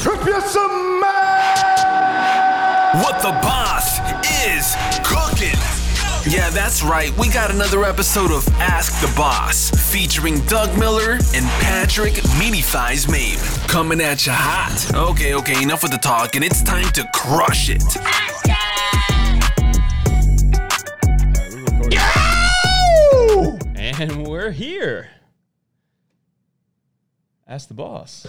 Strip you some man. What the boss is cooking. Yeah, that's right. We got another episode of Ask the Boss featuring Doug Miller and Patrick Meaty Thighs Mabe coming at you hot. Okay, okay, enough with the talk, and it's time to crush it. And we're here. Ask the boss.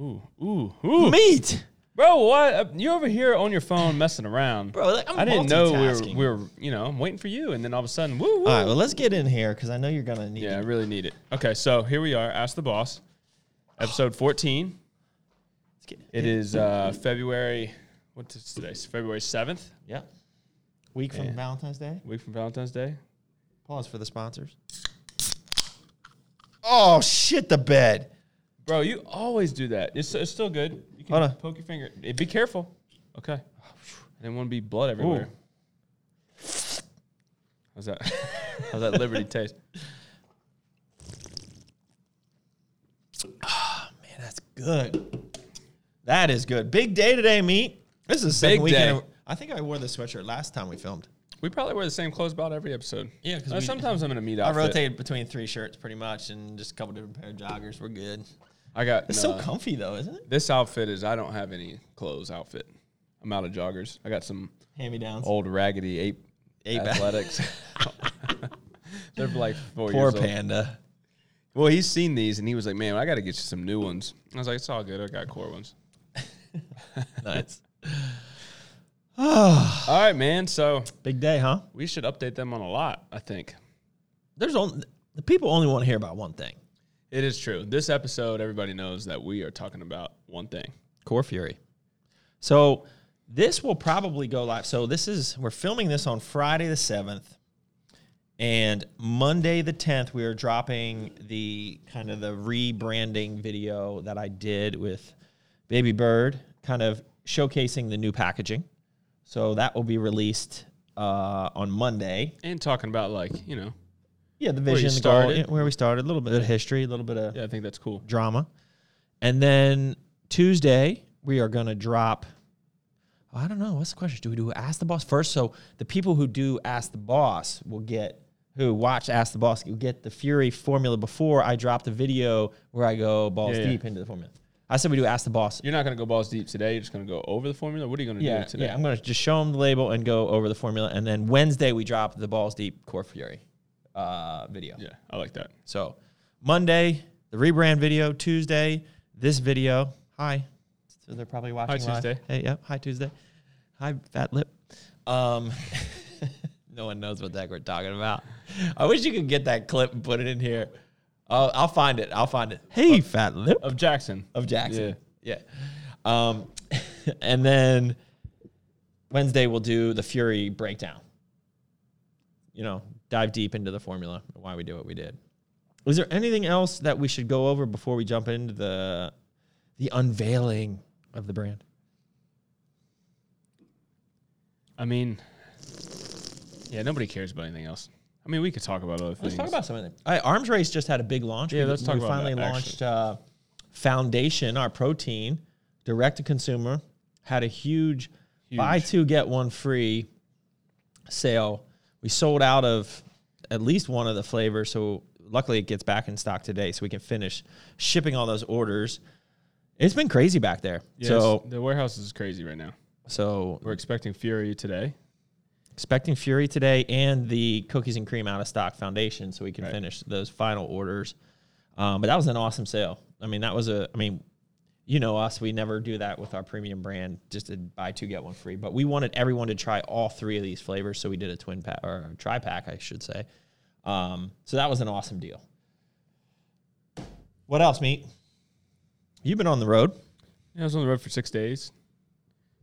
Ooh, ooh, ooh. Meat. Bro, what? You're over here on your phone messing around. Bro, like, I'm I did not know multitasking. we were, we were, you know, I'm waiting for you. And then all of a sudden, woo, woo. All right, well, let's get in here because I know you're gonna need. yeah, I really need it. Okay, so here we are. Ask the boss. Episode 14. Let's get in. It is uh, February, what is today? It's February 7th, Yeah. Week from Valentine's Day. week from Valentine's Day. Pause for the sponsors. Oh shit! The bed. Bro, you always do that. It's, it's still good. You can Hold on. poke your finger. Eh, Be careful. Okay. I didn't want to be blood everywhere. How's that? How's that liberty taste? Man, that's good. That is good. Big day today, meat. This is the second Big weekend. day. I think I wore this sweatshirt last time we filmed. We probably wear the same clothes about every episode. Yeah, 'cause Uh, we- sometimes I'm in a meet I outfit. rotated between three shirts pretty much, and just a couple different pair of joggers. We're good. I got It's nah, so comfy though, isn't it? This outfit is I don't have any clothes outfit. I'm out of joggers. I got some Hand me downs. old raggedy ape, Ape- athletics. They're like four Poor years old. panda. Well, he's seen these and he was like, "Man, I got to get you some new ones." I was like, "It's all good. I got core ones." Nice. All right, man. So Big day, huh? we should update them on a lot. I think There's only the people only want to hear about one thing. it is true. This episode, everybody knows that we are talking about one thing. Core Fury. So this will probably go live. So this is we're filming this on Friday the seventh, and Monday the tenth we are dropping the kind of the rebranding video that I did with Baby Bird, kind of showcasing the new packaging. So that will be released uh, on Monday. And talking about like you know, Yeah, the you vision, the goal, started. yeah, where we started, a little bit of history, a little bit of yeah, I think that's cool. drama. And then Tuesday, we are going to drop. oh, I don't know. What's the question? Do we do Ask the Boss first? So the people who do Ask the Boss will get, who watch Ask the Boss, will get the Fury formula before I drop the video where I go balls Yeah, yeah. deep into the formula. I said we do Ask the Boss. You're not gonna go balls deep today. You're just gonna go over the formula. What are you gonna Yeah, do today? yeah. I'm going to just show them the label and go over the formula. And then Wednesday, we drop the Balls Deep Core Fury uh, video. Yeah, I like that. So Monday, the rebrand video. Tuesday, this video. Hi. So they're probably watching. Hi, live. Tuesday. Hey, yep. Hi Tuesday. Hi Fat Lip. Um, no one knows what that we're talking about. I wish you could get that clip and put it in here. Uh, I'll find it. I'll find it. Oh. Hey, Fat Lip Of Jackson. of Jackson. Yeah. Um, and then Wednesday we'll do the Fury breakdown. You know, dive deep into the formula and why we do what we did. Is there anything else that we should go over before we jump into the the unveiling of the brand? I mean, yeah, nobody cares about anything else. I mean, we could talk about other Let's things. talk about something. All right, Arms Race just had a big launch. Yeah, we, let's talk we about finally that, actually. launched uh, Foundation, our protein, direct to consumer. Had a huge, buy two get one free sale. We sold out of at least one of the flavors, so luckily it gets back in stock today, so we can finish shipping all those orders. It's been crazy back there. Yes, So, the warehouse is crazy right now. so We're expecting Fury today. expecting Fury today and the cookies and cream out of stock foundation, so we can Right. finish those final orders. Um, but that was an awesome sale. I mean, that was a. I mean, you know us. We never do that with our premium brand, just to buy two get one free. But we wanted everyone to try all three of these flavors, so we did a twin pack or a tri pack, I should say. Um, so that was an awesome deal. What else, meat? You've been on the road. Yeah, I was on the road for six days.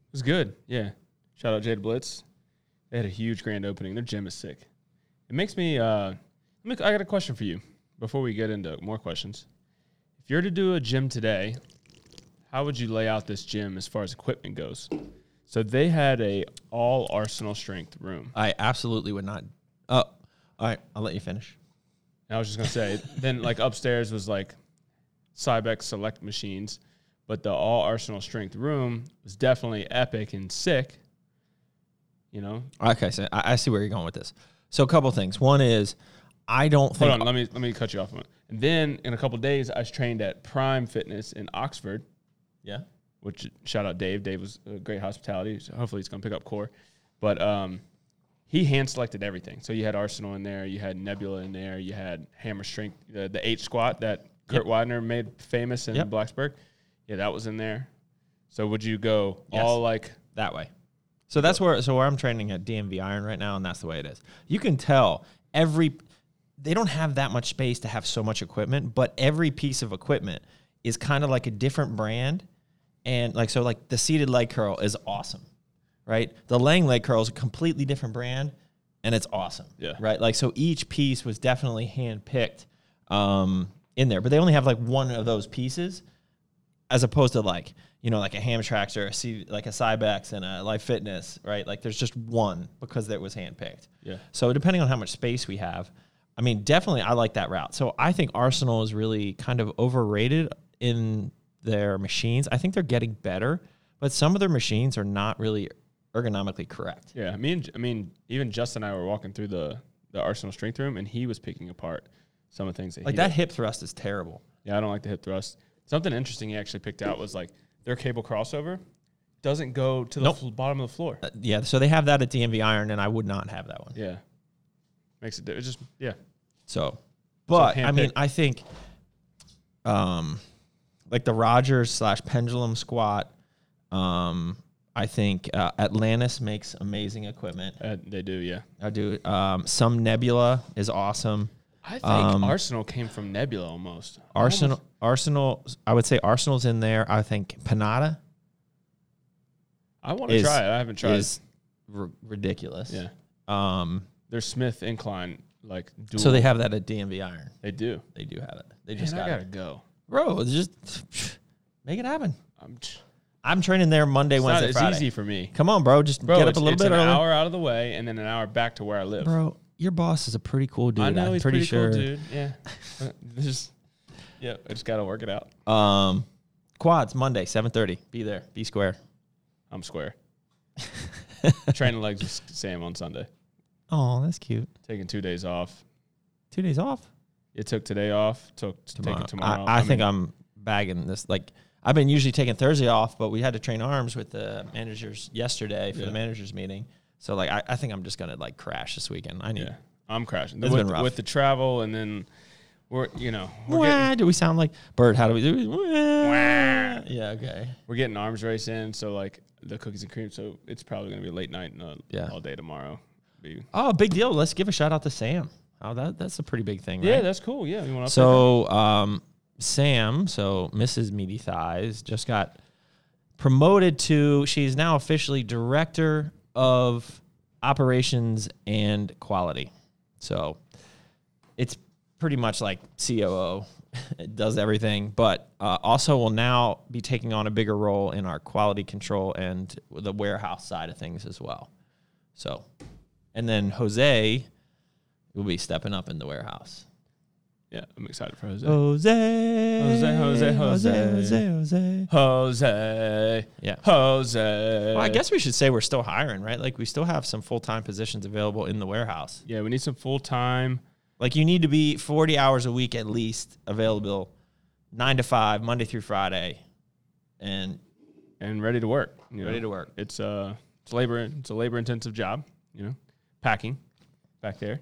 It was good. Yeah. Shout out Jada Blitz. They had a huge grand opening. Their gym is sick. It makes me. Uh, let me- I got a question for you before we get into more questions. If you're to do a gym today, how would you lay out this gym as far as equipment goes? So they had a all arsenal strength room. I absolutely would not. Oh, all right. I'll let you finish. And I was just gonna say, then like upstairs was like Cybex select machines, But the all Arsenal strength room was definitely epic and sick. You know, Okay, so I, I see where you're going with this. So a couple things. One is I don't think hold on. Let me let me cut you off. a minute. And then in a couple days, I was trained at Prime Fitness in Oxford. Yeah. which shout out Dave. Dave was uh, great hospitality. So hopefully he's going to pick up core. But um, he hand selected everything. So you had Arsenal in there, you had Nebula in there, you had Hammer Strength, the, the eight squat that Kurt Widener made famous in Yep. Blacksburg. Yeah, that was in there. So would you go Yes. all like that way. So that's where so where I'm training at DMV Iron right now, and that's the way it is. You can tell every they don't have that much space to have so much equipment, but every piece of equipment is kind of like a different brand, and like so like the seated leg curl is awesome, right? The Lang leg curl is a completely different brand, and it's awesome, Yeah. right? Like so each piece was definitely hand picked um, in there, but they only have like one of those pieces as opposed to like you know like a Hamtrax or a C, like a Cybex and a Life Fitness, right? Like there's just one because that was handpicked. Yeah. So depending on how much space we have, I mean, definitely I like that route. So I think Arsenal is really kind of overrated in their machines. I think they're getting better, but some of their machines are not really ergonomically correct. Yeah, me and I mean even Justin and I were walking through the the Arsenal strength room and he was picking apart some of the things that Like he that hip thrust is terrible. Yeah, I don't like the hip thrust. Something interesting he actually picked out was like their cable crossover doesn't go to the Nope. fl- bottom of the floor. Uh, Yeah, so they have that at DMV Iron, and I would not have that one. Yeah, makes it. di- It's just yeah. So, but I mean, handpicked. I think, um, like the Rogers slash Pendulum squat. Um, I think uh, Atlantis makes amazing equipment. Uh, they do. Yeah, I do. Um, some Nebula is awesome. I think Arsenal came from Nebula almost. Um, Arsenal, Arsenal. I would say Arsenal's in there. I think Panada I want to is. try it. I haven't tried. Is r- ridiculous. yeah, Um. their Smith incline like dual. So they have that at DMV Iron. they do. They do have it. They Man, just I got gotta it. go. Bro, just make it happen. I'm. T- I'm training there Monday, it's not Wednesday, as Friday. easy for me. Come on, bro. Just Bro, get up it's, a little it's bit an early. hour out of the way and then an hour back to where I live. Bro, your boss is a pretty cool dude. I know am he's pretty, sure. cool, dude. Yeah, just yeah. I just gotta work it out. Um, quads Monday, seven thirty. Be there. Be square. I'm square. Training legs with Sam on Sunday. Oh, that's cute. Taking two days off. Two days off. It took today off. Took taking tomorrow. I, I, think mean, I'm bagging this. Like I've been usually taking Thursday off, but we had to train arms with the managers yesterday for Yeah. the managers meeting. So like I, I think I'm just gonna like crash this weekend. I need. yeah, I'm crashing. It's with, been rough. with the travel and then we're you know we're getting, Wah, do we sound like Bird? How do we do? Wah. Yeah. Okay. we're getting arms race in. So like the cookies and cream. So it's probably gonna be a late night and uh, Yeah. all day tomorrow. Be- Oh, big deal. Let's give a shout out to Sam. Oh, that that's a pretty big thing. Right? Yeah, that's cool. Yeah, you want to So um, Sam, so Mrs. Meaty Thighs, just got promoted to. She's now officially director of operations and quality. So it's pretty much like COO. It does everything, but uh, also will now be taking on a bigger role in our quality control and the warehouse side of things as well. So, and then Jose will be stepping up in the warehouse. yeah, I'm excited for Oh. Jose. Jose. Jose, Jose, Jose. Jose, Jose. Jose. Yeah. Jose. Well, I guess we should say we're still hiring, right? Like we still have some full time positions available in the warehouse. Yeah, we need some full time. Like you need to be 40 hours a week at least available, nine to five, Monday through Friday, and and ready to work. you Ready to work. It's a it's labor it's a labor intensive job. You know, packing back there.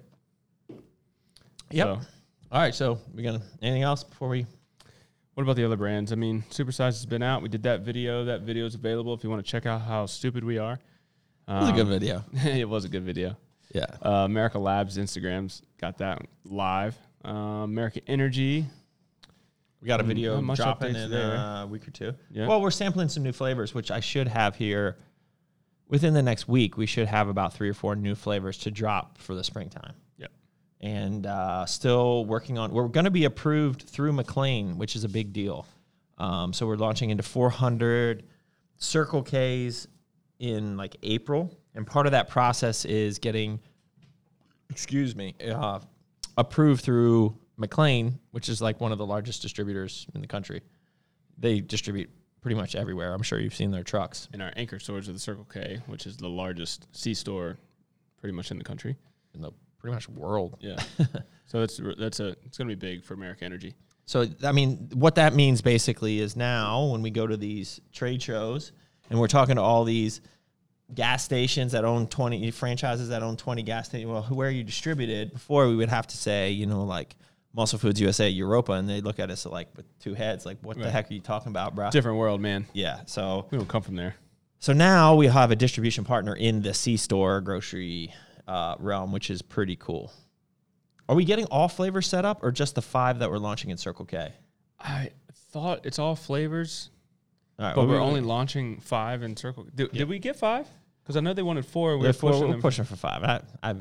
yep. So, All right, so we gonna anything else before we? what about the other brands? I mean, Supersize has been out. We did that video. That video is available if you want to check out how stupid we are. That was a good video. it was a good video. Um, Yeah. Uh, America Labs Instagrams got that live. Uh, America Energy. We got a video Mm, not much dropping updates in there. uh, a week or two. Yeah. Well, we're sampling some new flavors, which I should have here within the next week. We should have about three or four new flavors to drop for the springtime. Yep. And uh, still working on, we're going to be approved through McLean, which is a big deal. Um, so we're launching into 400 Circle Ks in like April. And part of that process is getting excuse me, uh, approved through McLean, which is like one of the largest distributors in the country. They distribute pretty much everywhere. I'm sure you've seen their trucks. And our anchor stores are the Circle K, which is the largest C store, pretty much in the country. in the pretty much world. Yeah. so that's that's a it's gonna be big for America Energy. So I mean, what that means basically is now when we go to these trade shows and we're talking to all these gas stations that own 20 franchises that own 20 gas stations, well, who- where are you distributed? Before we would have to say, you know, like Muscle Foods USA, Europa, and they look at us like with two heads, like, what the heck are you talking about, bro? Different world, man. Yeah. So We don't come from there. so now we have a distribution partner in the C store grocery uh, realm, which is pretty cool. Are we getting all flavors set up or just the five that we're launching in Circle K? I thought it's all flavors, All right, but we- we're only launching five in Circle. Did, did we get five? Because I know they wanted four. We we're, were pushing, pushing we're them pushing for five. I, I,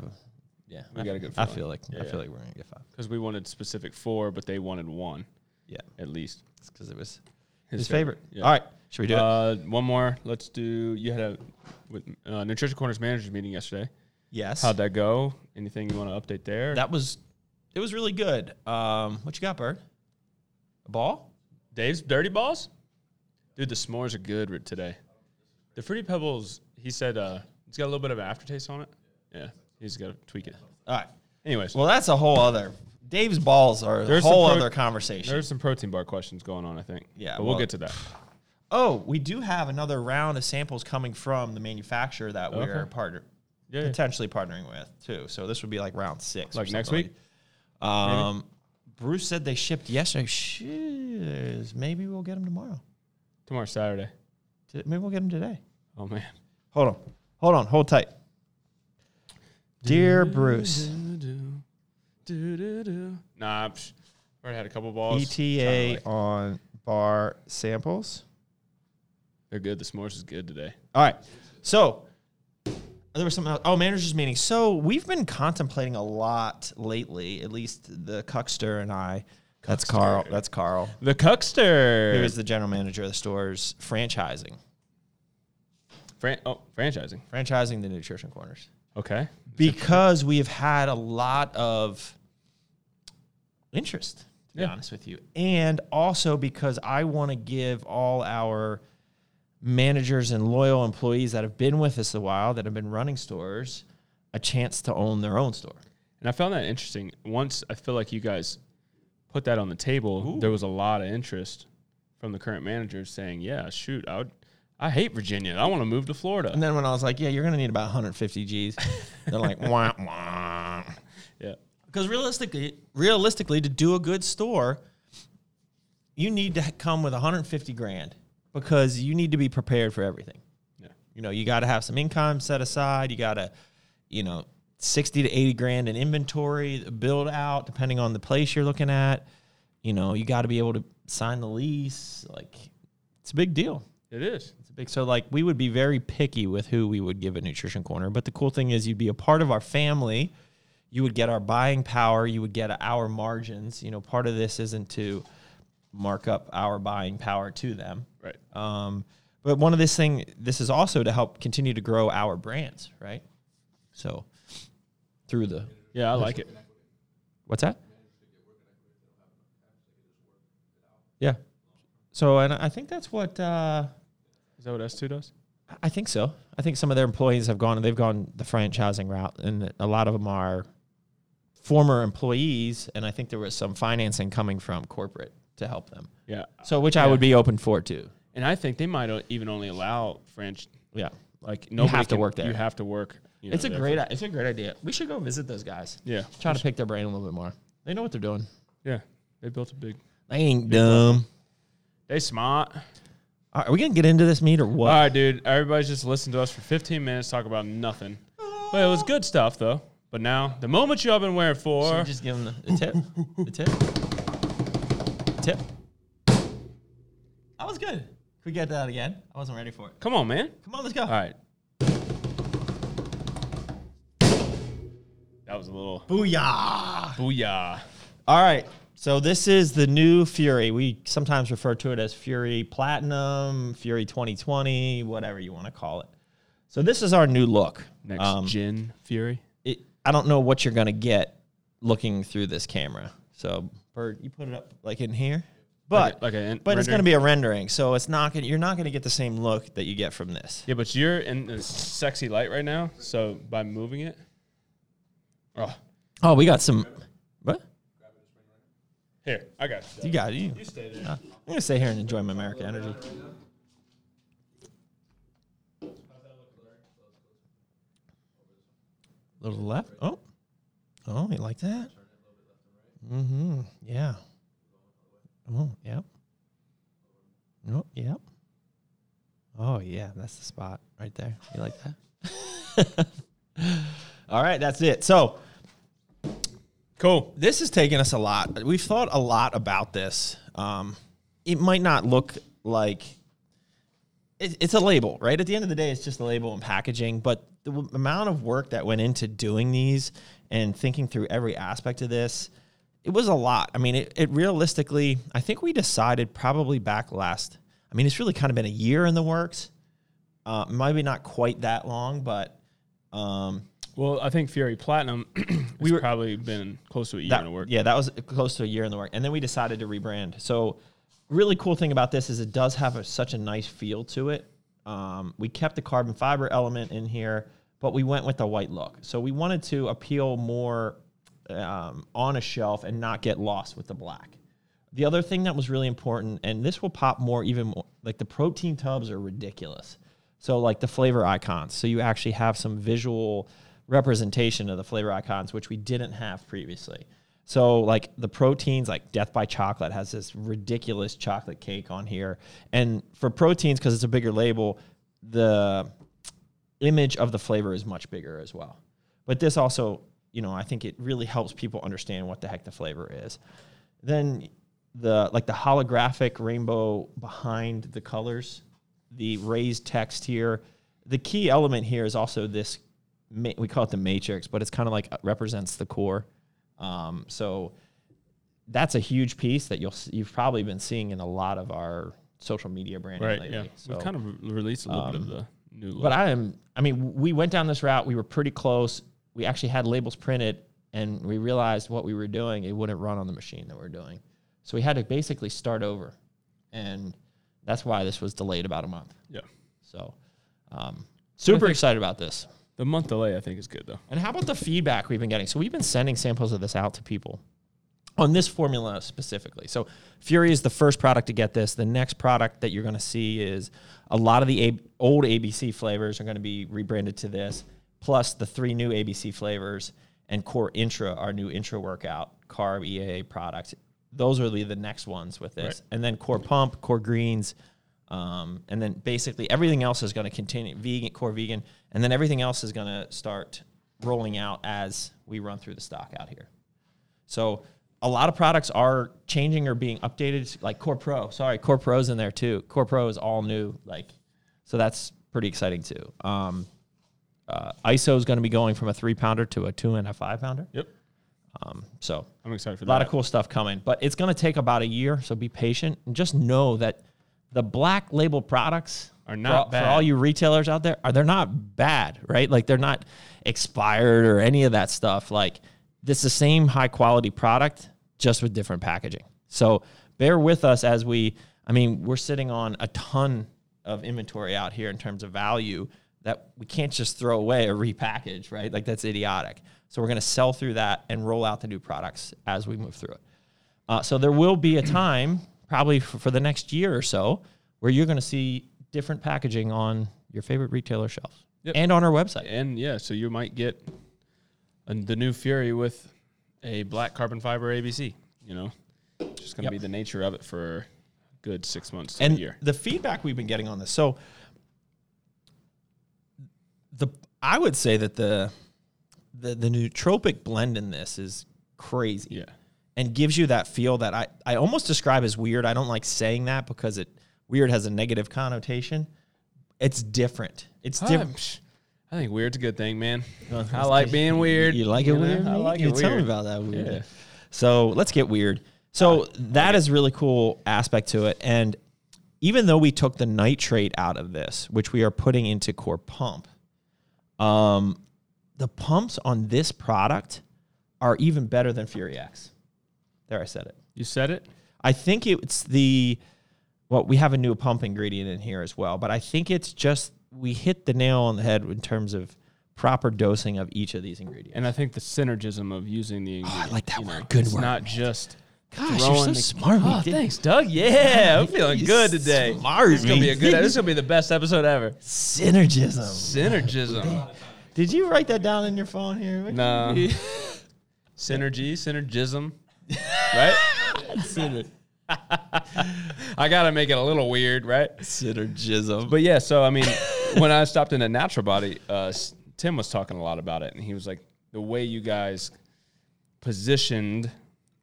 yeah, We I, got a good I feeling. feel like I yeah. feel like we're gonna get five. because we wanted specific four, but they wanted one Yeah, at least. it's because it was his, favorite. favorite. Yeah. All right, should we do it? Uh, one more. Let's do. You had a with, uh, nutrition corners managers meeting yesterday. Yes, How'd that go? Anything you want to update there? that was it was really good. Um, what you got, Bird? A ball? Dave's dirty balls, dude. The s'mores are good ri- today. The fruity pebbles. He said uh, it's got a little bit of an aftertaste on it. Yeah, he's got to tweak it. All right. Anyways, Well, that's a whole other. Dave's balls are There's a whole some pro- other conversation. there's some protein bar questions going on. I think. Yeah, but we'll, well- get to that. Oh, we do have another round of samples coming from the manufacturer that we're Okay. partner Yeah, yeah. potentially partnering with too. So this would be like round six, or like next something week. like- Um, Bruce said they shipped yesterday. Shiz, maybe we'll get them tomorrow. Tomorrow Saturday. T- Maybe we'll get them today. Oh man. Hold on, hold on, hold tight. Dear Bruce, Nah, psh, already had E a couple balls. Trying ETA to, like- E on bar samples. They're good. The s'mores is good today. All right. So there was something else. Oh, managers meeting. So we've been contemplating a lot lately, at least the Cuckster and I. That's Carl. That's Carl. The Cuckster. Who is the general manager of the store's franchising. Fran- oh, franchising. Franchising the nutrition corners. Okay. Because we have had a lot of interest, to be Yeah. honest with you. And also because I want to give all our managers and loyal employees that have been with us a while, that have been running stores, a chance to own their own store. And I found that interesting. Once I feel like you guys put that on the table, there was a lot of interest from the current managers saying, "Yeah, shoot, I would, I hate Virginia. I want to move to Florida." And then when I was like, yeah, you're going to need about 150 G's, they're like, wah, wah. Yeah. Because realistically, realistically, to do a good store, you need to come with 150 grand because you need to be prepared for everything. Yeah. You know, you got to have some income set aside. You got to, you know, 60 to 80 grand in inventory, build out, depending on the place you're looking at. You know, you got to be able to sign the lease. Like, it's a big deal. It is. It's a big, so like we would be very picky with who we would give a nutrition corner. But the cool thing is, you'd be a part of our family. You would get our buying power. You would get our margins. You know, part of this isn't to mark up our buying power to them. Right. Um, but one of this thing, this is also to help continue to grow our brands, right? So through the Yeah, I like it. what's that? Yeah. So and I think that's what uh, Is that what S two does? I think so. I think some of their employees have gone they've gone the franchising route, and a lot of them are former employees, and I think there was some financing coming from corporate to help them. Yeah. So which I would be open for too. And I think they might o- even only allow French. Yeah. Like nobody have to can- work there. You have to work. you know, It's a there. great it's a great idea. We should go visit those guys. Yeah. Try to pick their brain a little bit more. They know what they're doing. Yeah. They built a big. They ain't dumb. They smart. All right, are we gonna get into this meet or what? All right, dude. Everybody's just listened to us for 15 minutes talk about nothing. But it was good stuff, though. But now, the moment you all been waiting Should we for. just give them the, the tip. The tip. Tip. That was good. Could we get that again? I wasn't ready for it. Come on, man. Come on, let's go. All right. That was a little Booyah. booyah. All right. So this is the new Fury. We sometimes refer to it as Fury Platinum, Fury 2020, whatever you want to call it. So this is our new look. Next Um, Gen Fury. it, I don't know what you're gonna get looking through this camera. So, Bird, you put it up like in here. But like a- like a but it's going rendering? to be a rendering, so it's not going. to You're not going to get the same look that you get from this. Yeah, but you're in the sexy light right now, so by moving it, oh, Oh, we got some. What here I got you. you got? You, Uh, I'm going to stay here and enjoy my American energy. little left. Oh, oh, you like that? Mm-hmm. Yeah. Oh, yep. Oh, yep. Oh, yeah. That's the spot right there. You like that? All right, that's it. So, cool. This has taken us a lot. We've thought a lot about this. Um, it might not look like it, it's a label, right? At the end of the day, it's just a label and packaging. But the w- amount of work that went into doing these and thinking through every aspect of this, it was a lot. I mean, it, it realistically, I think we decided probably back last. I mean, it's really kind of been a year in the works. Uh, maybe not quite that long, but um, Well, I think Fury Platinum, we were- were probably been close to a year that, in the work. Yeah, that was close to a year in the work. And then we decided to rebrand. So, really cool thing about this is it does have a, such a nice feel to it. Um, we kept the carbon fiber element in here, but we went with the white look. So, we wanted to appeal more um, on a shelf and not get lost with the black. The other thing that was really important, and this will pop more even more, like the protein tubs are ridiculous. So like the flavor icons, so you actually have some visual representation of the flavor icons, which we didn't have previously. So like the proteins, like Death by Chocolate has this ridiculous chocolate cake on here, and for proteins because it's a bigger label, the image of the flavor is much bigger as well. But this also, you know, I think it really helps people understand what the heck the flavor is. Then the like the holographic rainbow behind the colors, the raised text here. The key element here is also this. ma- We call it the matrix, but it's kind of like uh, represents the core. Um, so that's a huge piece that you'll s- you've probably been seeing in a lot of our social media branding right. lately. yeah, So- we've kind of re- released a little bit of the new. Look. but I am. I mean, we went down this route. We were pretty close. We actually had labels printed, and we realized what we were doing. It wouldn't run on the machine that we are doing, so we had to basically start over, and that's why this was delayed about a month. yeah, So, um, super excited about this. the month delay I think is good though. And how about the feedback we've been getting? So we've been sending samples of this out to people on this formula specifically. So Fury is the first product to get this. The next product that you're going to see is a lot of the A- old ABC flavors are going to be rebranded to this, plus the three new ABC flavors and Core Intra, our new Intra workout carb EAA product. Those will be the next ones with this, and then Core Pump, Core Greens. Um, and then basically everything else is going to continue vegan, core vegan, and then everything else is going to start rolling out as we run through the stock out here. So a lot of products are changing or being updated, like Core Pro. Sorry, Core Pro's in there too. Core Pro is all new, like so that's pretty exciting too. Um, uh, ISO is going to be going from a three pounder to a two and a five pounder. Um, Yep, So I'm excited for a that. lot of cool stuff coming, but it's going to take about a year. So be patient and just know that the black label products Are not for, bad. for all you retailers out there. Are they're not bad, right? Like they're not expired or any of that stuff. Like it's the same high quality product, just with different packaging. So bear with us as we. I mean, we're sitting on a ton of inventory out here in terms of value that we can't just throw away or repackage, right? Like that's idiotic. So we're going to sell through that and roll out the new products as we move through it. Uh, so there will be a time, probably for, for the next year or so, where you're going to see different packaging on your favorite retailer shelves Yep. and on our website. and yeah, so you might get a, the new Fury with a black carbon fiber ABC. You know, it's just gonna be the nature of it for a good six months to a And year. the feedback we've been getting on this. So the I would say that the the, the nootropic blend in this is crazy. Yeah, and gives you that feel that I, I almost describe as weird. I don't like saying that because it weird has a negative connotation. It's different. It's I'm different. sh- I think weird's a good thing, man. I like being weird. You like it know? weird? I like you it Tell me weird. about that weird. Yeah. So let's get weird. So that is really cool aspect to it. And even though we took the nitrate out of this, which we are putting into core pump, um, the pumps on this product are even better than Fury X. There, I said it. You said it. I think it's the well, we have a new pump ingredient in here as well, but I think it's just we hit the nail on the head in terms of proper dosing of each of these ingredients. And I think the synergism of using the Oh, I ingredient. like that word. Good it's word, not just. Gosh, throwing the- smart. Oh, thanks, Doug. Yeah, I'm feeling You're good today. smart, This is gonna be a man. good. This is gonna be the best episode ever. Synergism. Synergism. Did you write that down in your phone here? What No. did you- Synergy. Synergism. Right. Syner- I gotta make it a little weird, right? Synergism. But yeah, so I mean, when I stopped in a natural body, uh, s- Tim was talking a lot about it, and he was like, the way you guys positioned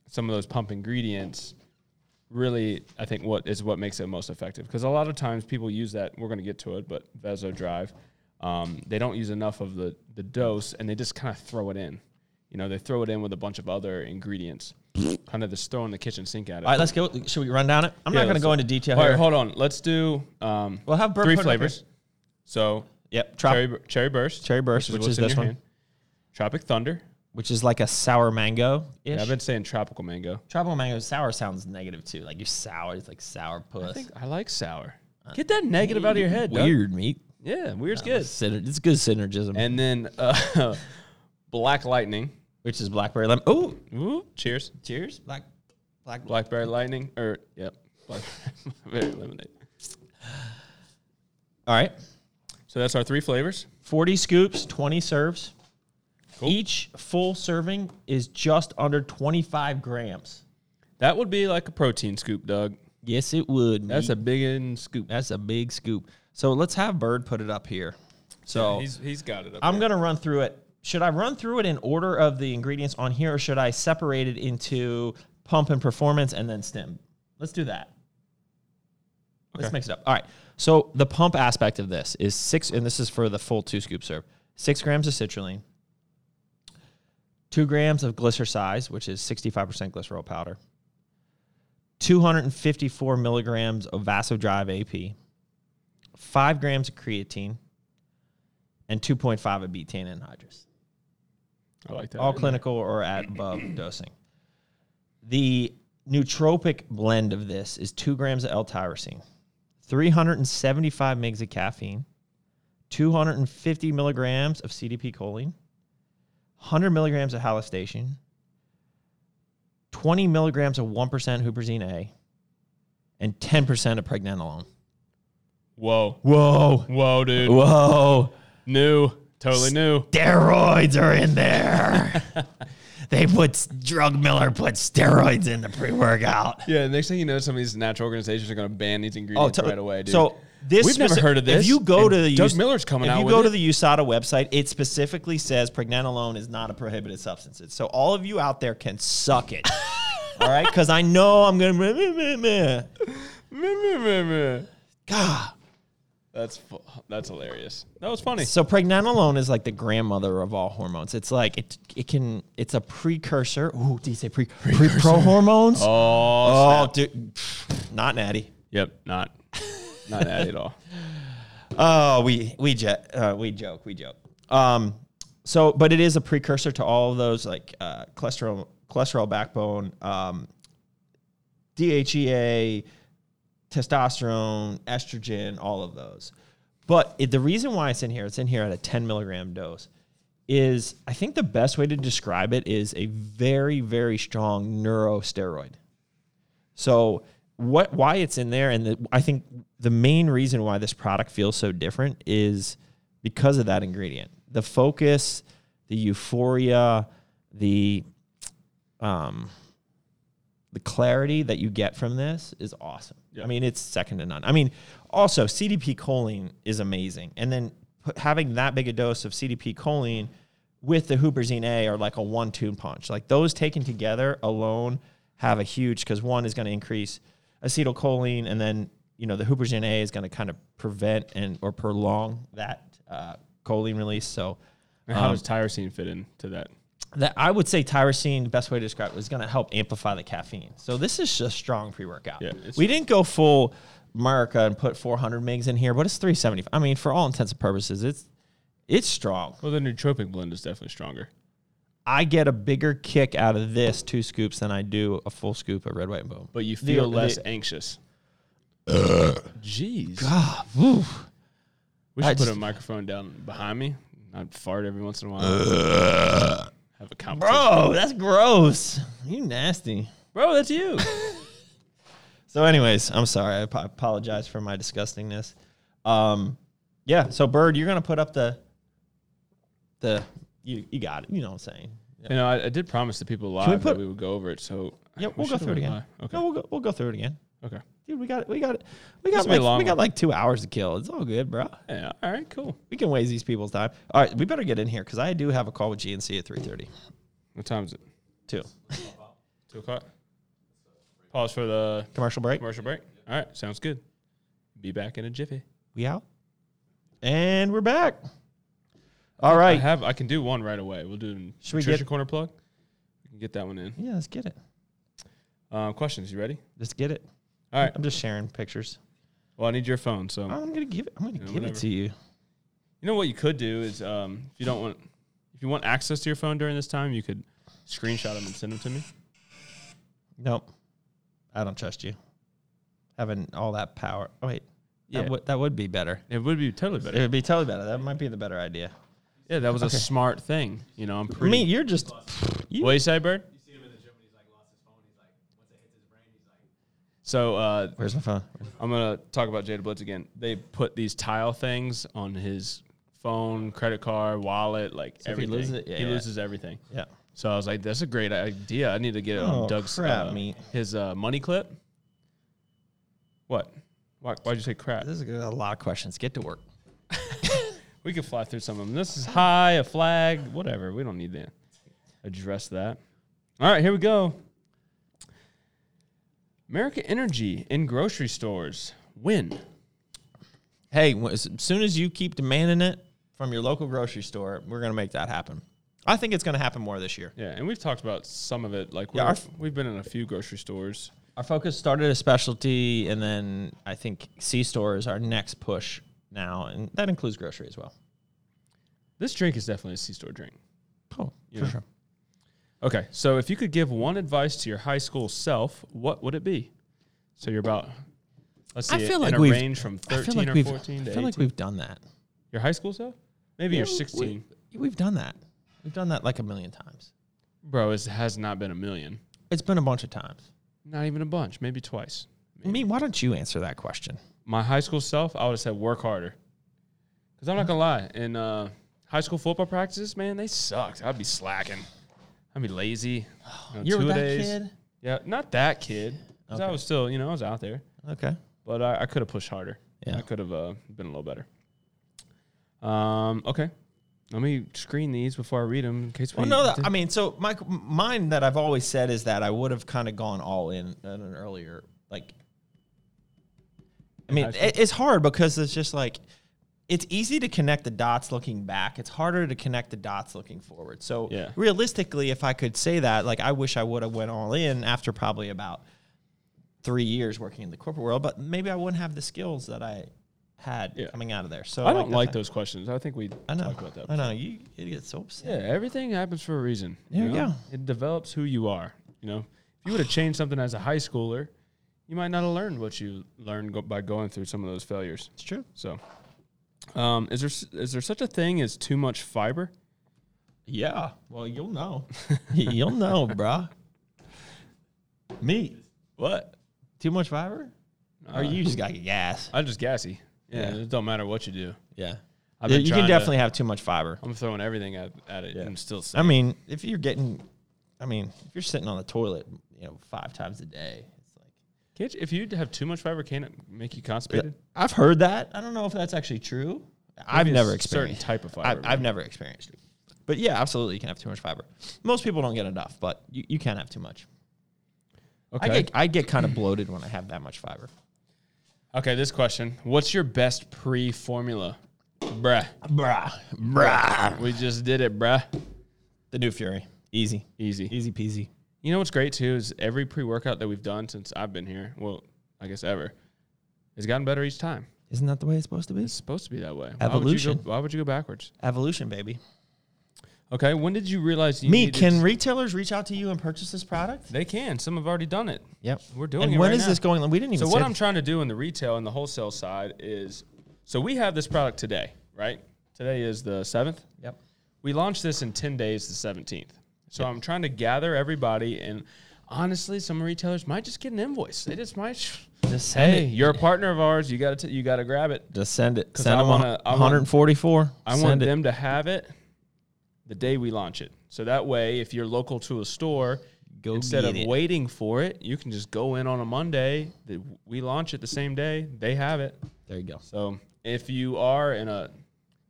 some of those pump ingredients really i think what is what makes it most effective because a lot of times people use that we're going to get to it but vezo drive um, they don't use enough of the the dose and they just kind of throw it in you know they throw it in with a bunch of other ingredients kind of just throwing the kitchen sink at it All right, let's go. Should we run down it? I'm Yeah, not going to let's go do- into detail all here. right hold on let's do um, We'll have Bert three put it up here. flavors so Yep. Trop, cherry, cherry burst, Cherry burst, which what's is in this your one. Tropic thunder. which is like a sour mango. Yeah, Yeah, I've been saying tropical mango. tropical mango sour sounds negative too. Like you're sour. It's like sour puss. I think I like sour. Get that negative out of your head. Doug. Uh, Weird meat. Yeah, weird's good. Syner- it's good synergism. And then uh, black lightning. which is blackberry lemon. Oh, Ooh, cheers. cheers. Black, black. Blackberry lightning. Or yep. Blackberry lemonade. All right. So that's our three flavors. 40 scoops, 20 serves. Each full serving is just under 25 grams. That would be like a protein scoop, Doug. Yes, it would. That's a big in scoop. that's a big scoop. So let's have Bird put it up here. So He's he's got it up. I'm there. going to run through it. Should I run through it in order of the ingredients on here, or should I separate it into pump and performance and then stem? Let's do that. Let's mix it up. All right. So the pump aspect of this is six, and this is for the full two scoop serve six grams of citrulline, two grams of glycersize, which is 65% glycerol powder, 254 milligrams of vasodrive AP, five grams of creatine, and 2.5 of betaine anhydrous. I like that. All clinical or at above dosing. The nootropic blend of this is two grams of L-tyrosine, 375 mgs of caffeine, 250 milligrams of CDP choline, 100 milligrams of halostation, 20 milligrams of 1% huperzine A, and 10% of pregnenolone. Whoa. Whoa. Whoa, dude. Whoa. New. Totally new. steroids are in there. they put drug Miller put steroids in the pre workout. Yeah, the next thing you know, some of these natural organizations are going to ban these ingredients right away, dude. Oh, So this we've never speci- heard of this. If you go and to the Doug US Miller's coming if out. you with go it. to the USADA website, it specifically says pregnenolone is not a prohibited substance. So all of you out there can suck it. all right, because I know I'm gonna. meh, meh, meh, meh. God. That's fu- that's hilarious. That was funny. So pregnenolone is like the grandmother of all hormones. It's like it it can it's a precursor. Ooh, did you say pre pre pro hormones? Oh, Oh, dude, pfft, not natty. yep, not not that at all. Oh, we we je- uh, we joke, we joke. Um, so, but it is a precursor to all of those like uh, cholesterol cholesterol backbone, um, DHEA, testosterone, estrogen, all of those. But it, the reason why it's in here, it's in here at a 10 milligram dose, is I think the best way to describe it is a very, very strong neurosteroid. So what why it's in there and the, I think the main reason why this product feels so different is because of that ingredient. The focus, the euphoria, the um the clarity that you get from this is awesome. I mean, it's second to none. I mean, also CDP choline is amazing. And then put, having that big a dose of CDP choline with the huperzine A are like a one-two punch. Like those taken together alone have a huge because one is going to increase acetylcholine, and then you know the huperzine A is going to kind of prevent and or prolong that uh, choline release. So And how does tyrosine fit into that? that I would say tyrosine, the best way to describe it, is going to help amplify the caffeine. So this is just strong pre-workout. Yeah, it's- we didn't go full America and put 400 migs in here, but it's 375. I mean, for all intents and purposes, it's it's strong. Well, the nootropic blend is definitely stronger. I get a bigger kick out of this two scoops than I do a full scoop of red, white, and boom. but you feel The- less the- anxious. Jeez. Ah, woo. We should I put a just- microphone down behind me. I'd fart every once in a while. Have a conversation. Bro, that's gross. You nasty. Bro, that's you. So, anyways, I'm sorry. I ap- apologize for my disgustingness. Um, yeah. So, Bird, you're gonna put up the the you you got it. You know what I'm saying? Yeah, you know, I, I did promise the people live we that put- we would go over it. So Yeah, we we'll go should through it have again. went live. No, Okay. we'll go we'll go through it again. okay. Dude, we got we got we got will be like, a long we got one. like two hours to kill. It's all good, bro. Yeah. All right. Cool. We can waste these people's time. All right, we better get in here because I do have a call with GNC at three thirty. What time is it? Two Two o'clock. Pause for the commercial break. commercial break. All right. Sounds good. Be back in a jiffy. We out, and we're back. All I right. have. I can do one right away. We'll do. Should we Trisha get- corner plug? We can get that one in. yeah, let's get it. Um, questions. You ready? Let's get it. All right. I'm just sharing pictures. Well, I need your phone. So I'm gonna give it. I'm gonna give it whatever. to you. You know what you could do is um, if you don't want if you want access to your phone during this time, you could screenshot them and send them to me. Nope. I don't trust you. Having all that power. Oh, wait. Yeah. That, would that would be better. It would be totally It better. would be totally better. That might be the better idea. Yeah, that was a smart thing. You know, I'm I pretty. mean, you're just. you- what do you say, Bird? So uh, Where's my phone? I'm gonna talk about Jada Blitz again. They put these tile things on his phone, credit card, wallet, like if he everything. loses it- yeah, he yeah. loses everything. Yeah. So I was like, "That's a great idea. I need to get it on Oh, Doug's crap, uh, meat. his uh, money clip." What? Why? Why'd you say crap? This is gonna be a lot of questions. Get to work. We could fly through some of them. This is high, a flag, whatever. We don't need to address that. All right, here we go. America Energy in grocery stores. When? Hey, wh- as soon as you keep demanding it from your local grocery store, we're gonna make that happen. I think it's gonna happen more this year. Yeah, and we've talked about some of it. Like Yeah, we're- our f- we've been in a few grocery stores. Our focus started as specialty, and then I think C store is our next push now, and that includes grocery as well. This drink is definitely a C-store drink. Oh, Yeah. sure. Okay, so if you could give one advice to your high school self, what would it be? So you're about. Let's see. I feel in like a we've- range from I feel 13 like or we've, 14 to I feel 18. like we've done that. your high school self? Maybe you're 16. We, we've done that. We've done that like a million times. Bro, it has not been a million. It's been a bunch of times. Not even a bunch, maybe twice. I mean, why don't you answer that question? My high school self, I would have said work harder. Because I'm not going to lie, in uh, high school football practices, man, they sucked. I'd be slacking. I'd be lazy. You know, You were that two-a-days. kid. Yeah, not that kid. 'cause I was still, you know, I was out there. Okay. But I, I could have pushed harder. Yeah. I could have uh, been a little better. Um, okay. Let me screen these before I read them in case we. Well, no, that, did- I mean, so my mine that I've always said is that I would have kind of gone all in at an earlier like. I mean, it, it's hard because it's just like it's easy to connect the dots looking back. It's harder to connect the dots looking forward. So Yeah. realistically, if I could say that, like I wish I would have went all in after probably about three years working in the corporate world, but maybe I wouldn't have the skills that I had Yeah. coming out of there. So I don't that's- like those questions. I think we I know. talked about that. I know. You, you get so upset. Yeah, everything happens for a reason. you There you know? go. It develops who you are. You know, if you would have changed something as a high schooler, you might not have learned what you learned go- by going through some of those failures. It's true. So, um, is there s- is there such a thing as too much fiber? Yeah. Well, you'll know. you'll know, bruh. Me. What? Too much fiber? or you just got gas? I'm just gassy. Yeah, Yeah. it don't matter what you do. Yeah. I've You been can trying to- definitely have too much fiber. I'm throwing everything at, at it and still. I Sick. mean, if you're getting, I mean, if you're sitting on the toilet, you know, five times a day, it's like. Can't you, if you have too much fiber, can it make you constipated? I've heard that. I don't know if that's actually true. I've Maybe a never certain experienced type of I- fiber, I've maybe. never experienced it. But yeah, absolutely, you can have too much fiber. Most people don't get enough, but you, you can have too much. Okay. I get I get kind of bloated when I have that much fiber. okay. This question: What's your best pre-formula, bruh? Bruh, bruh. We just did it, bruh. The new Fury. Easy. Easy. Easy peasy. You know what's great too is every pre workout that we've done since I've been here, well, I guess ever, has gotten better each time. Isn't that the way it's supposed to be? It's supposed to be that way. Why would you Evolution. go, why would you go backwards? Evolution, baby. Okay, when did you realize you Me, needed- can retailers reach out to you and purchase this product? they can? Some have already done it. Yep. We're doing and it when right is now. this going on? We didn't even So say what th- I'm trying to do in the retail and the wholesale side is, so we have this product today, right? Today is the seventh. Yep. We launched this in ten days, the seventeenth. So I'm trying to gather everybody, and honestly, some retailers might just get an invoice. They just might. Just send Hey, it. you're a partner of ours. You got to you got to grab it. Just send it. 'Cause Send I them wanna- I want- 144. I want Send it. them to have it the day we launch it. So that way, if you're local to a store, Go instead get of it. waiting for it, you can just go in on a Monday. the- We launch it the same day. They have it. There you go. So if you are in a,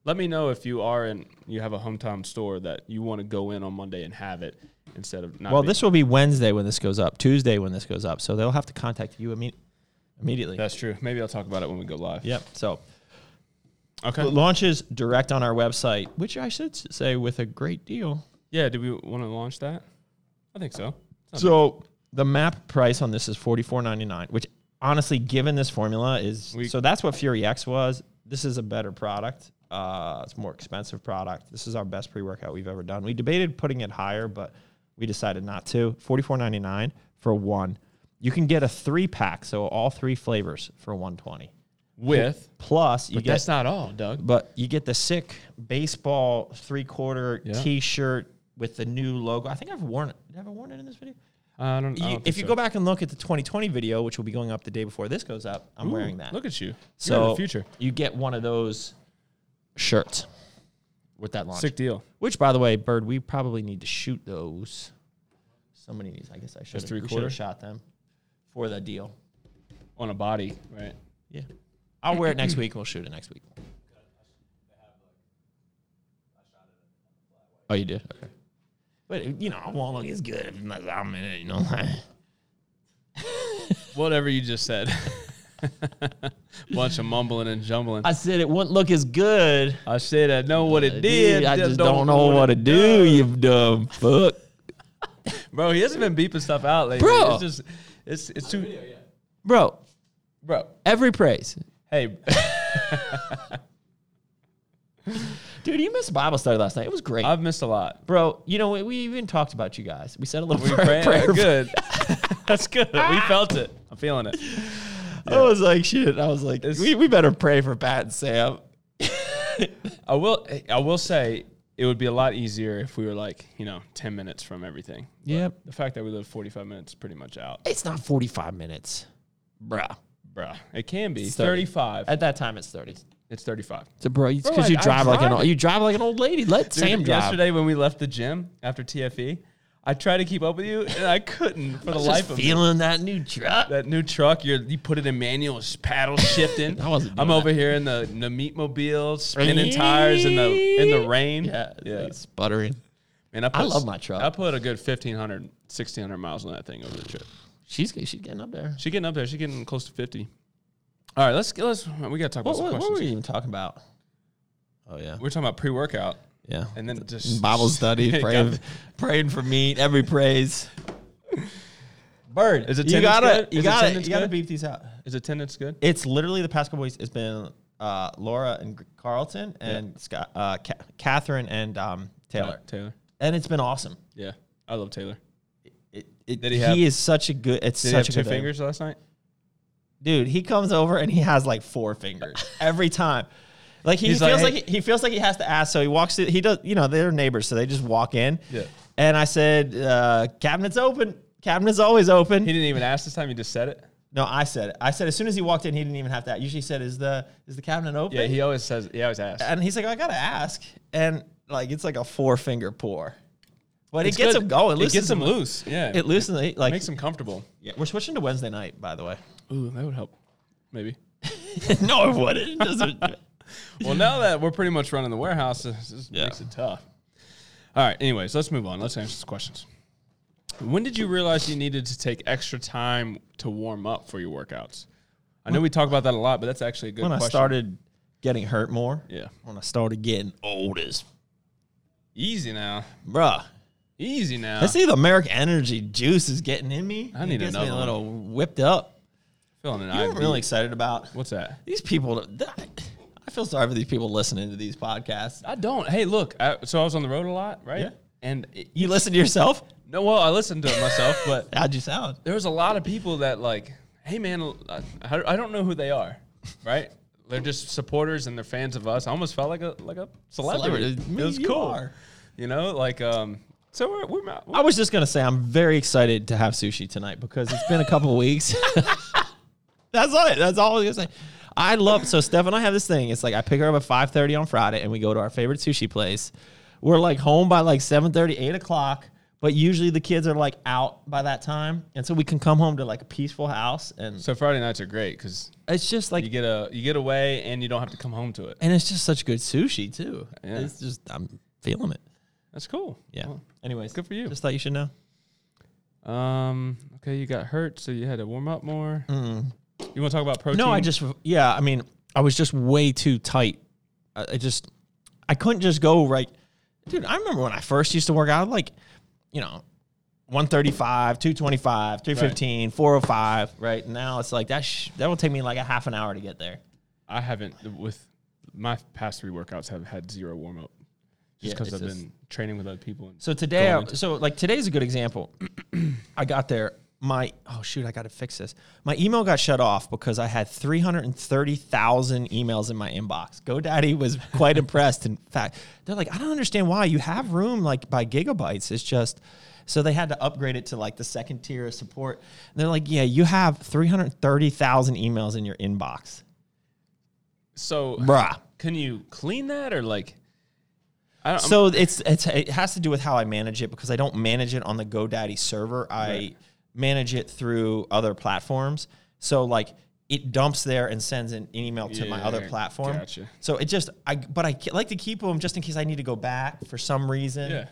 let me know if you are in, you have a hometown store that you want to go in on Monday and have it instead of not. Well, being- this will be Wednesday when this goes up. Tuesday when this goes up. So they'll have to contact you imme- immediately. That's true. Maybe I'll talk about it when we go live. yep. So Okay. it launches direct on our website, which I should s- say with a great deal. Yeah. Do we want to launch that? I think so. So the map price on this is forty four ninety nine, which honestly, given this formula, is We- so that's what Fury X was. This is a better product. Uh, it's a more expensive product. This is our best pre workout we've ever done. We debated putting it higher, but we decided not to. Forty four ninety nine for one. You can get a three pack, so all three flavors for one twenty. With. Plus, you But get that's not all, Doug. but you get the sick baseball three quarter T shirt with the new logo. I think I've worn it. Did I have worn it in this video? I don't, I You- don't think if you so. go back and look at the 2020 video, which will be going up the day before this goes up, I'm wearing that. Look at you. so You're in the future. you get one of those shirts with that launch. Sick deal. Which, by the way, Bird, we probably need to shoot those. Somebody needs. I guess I should. three we should've quarter? shot them for the deal. On a body, right? Yeah, I'll wear it next week. We'll shoot it next week. Oh, you did. Okay. But you know, I won't look as good unless I'm in it. You know. Whatever you just said. Bunch of mumbling and jumbling. I said it wouldn't look as good I said I know what it did. did. I just don't, know what to do, you dumb fuck. Bro, he hasn't been beeping stuff out lately. Bro. It's just it's it's too Bro, Bro. every praise. Hey, Dude, you missed Bible study last night. It was great. I've missed a lot. Uh, Bro, you know, we, we even talked about you guys. We said a little We prayer. praying prayer. good. That's good. We felt it. I'm feeling it. I was like, shit. I was like, It's- we, we better pray for Pat and Sam. I will I will say it would be a lot easier if we were like, you know, 10 minutes from everything. But Yep. The fact that we live 45 minutes is pretty much out. It's not 45 minutes. Bruh. Bruh. It can be. It's 30. 35. At that time, it's 30. It's 35. So, bro, it's Bro, because you I- I drive like an drive old, you drive like an old lady. Let Dude, Sam drive. Yesterday when we left the gym after TFE, I tried to keep up with you and I couldn't for the I was life just of me. feeling that new truck. That new truck, you're, you put it in manual, it's paddle shifting. I wasn't I'm doing over here in the, in the meat mobile, spinning tires in the in the rain. yeah, yeah. Like sputtering. And I, put, love my truck. I put a good 1,500, 1,600 miles on that thing over the trip. She's she's getting up there. She getting up there. She getting close to 50. All right, let's let's we gotta talk about What, some what, what questions. were we even talking about? Oh yeah, We're talking about pre-workout yeah. and then just Bible study, Got- praying, praying for meat, every praise. Bird, Is you attendance gotta, good? you Is gotta, attendance you gotta good? beep these out. Is attendance good? It's literally the past couple weeks. It's been uh, Laura and G- Carlton and Scott, uh, Ca- Catherine and um, Taylor, Taylor. and it's been awesome. Yeah, I love Taylor. It, it, Did he he have- is such a good. It's Did he have such two a good thing. fingers last night? dude he comes over and he has like four fingers every time like he He's like, feels like, "Hey." he, he feels like he has to ask so he walks through he does you know they're neighbors so they just walk in Yeah. and i said uh, cabinet's open cabinet's always open He didn't even ask this time. He just said it. no i said it i said as soon as he walked in he didn't even have to ask. usually he said is the is the cabinet open Yeah, he always says. He always asks. and he's like i gotta ask and like it's like a four finger pour but It's it gets good. him going It gets loosens him loose. Yeah, it loosens he- like makes him comfortable. yeah, we're switching to wednesday night by the way Ooh, that would help. Maybe. no it wouldn't It doesn't- Well, now that we're pretty much running the warehouse, this this Yeah. makes it tough. All right. Anyways, let's move on. Let's answer some questions. When did you realize you needed to take extra time to warm up for your workouts? I know we talk about that a lot, but that's actually a good when question. I started getting hurt more. Yeah. When I started getting old as Easy now. bruh. Easy now. I see the American Energy juice is getting in me. I need it gets me another a one. little whipped up. Feeling an I'm IV. really excited about What's that? these people. that- I feel sorry for these people listening to these podcasts. I don't. Hey, look. I, so I was on the road a lot, right? Yeah. And it, You listen to yourself? no, well, I listened to it myself, but How'd you sound? there was a lot of people that like, hey man, I, I don't know who they are, right? They're just supporters and they're fans of us. I almost felt like a like a celebrity. Me, it was you cool, are. you know. Like um, so we're we're, ma- I was just gonna say I'm very excited to have sushi tonight because it's been a couple weeks. That's all. it- That's all I was gonna say. I love so Steph and I have this thing. It's like I pick her up at 5:30 on Friday and we go to our favorite sushi place. We're like home by like 7:30, 8 o'clock, but usually the kids are like out by that time, and so we can come home to like a peaceful house. And so Friday nights are great because it's just you like, get a you get away and you don't have to come home to it. and it's just such good sushi too. Yeah. It's just I'm feeling it. That's cool. Yeah. Well, Anyways, good for you. Just thought you should know. Um. Okay, you got hurt, so you had to warm up more. You want to talk about protein? Mm-hmm. No, I just yeah. I mean, I was just way too tight. I, I just I couldn't just go right. Dude, I remember when I first used to work out, like you know, one thirty five, two twenty five, three fifteen, four oh five. Right now, it's like that. Sh- that will take me like a half an hour to get there. I haven't with my past three workouts have had zero warm up, just Yeah, because it's I've just- been training with other people. And So today, I, Going to- so like today's a good example. I got there. My oh shoot, I got to fix this. My email got shut off because I had three hundred and thirty thousand emails in my inbox. GoDaddy was quite impressed. In fact, they're like, I don't understand why you have room like by gigabytes. It's just so they had to upgrade it to like the second tier of support. And they're like, yeah, you have three hundred thirty thousand emails in your inbox, so, bruh. can you clean that or like? I don't, So it's it's it has to do with how I manage it because I don't manage it on the GoDaddy server. I manage it through other platforms. So like it dumps there and sends an email to my other Yeah, platform. gotcha. So it just I but I ke- like to keep them just in case I need to go back for some reason. Yeah.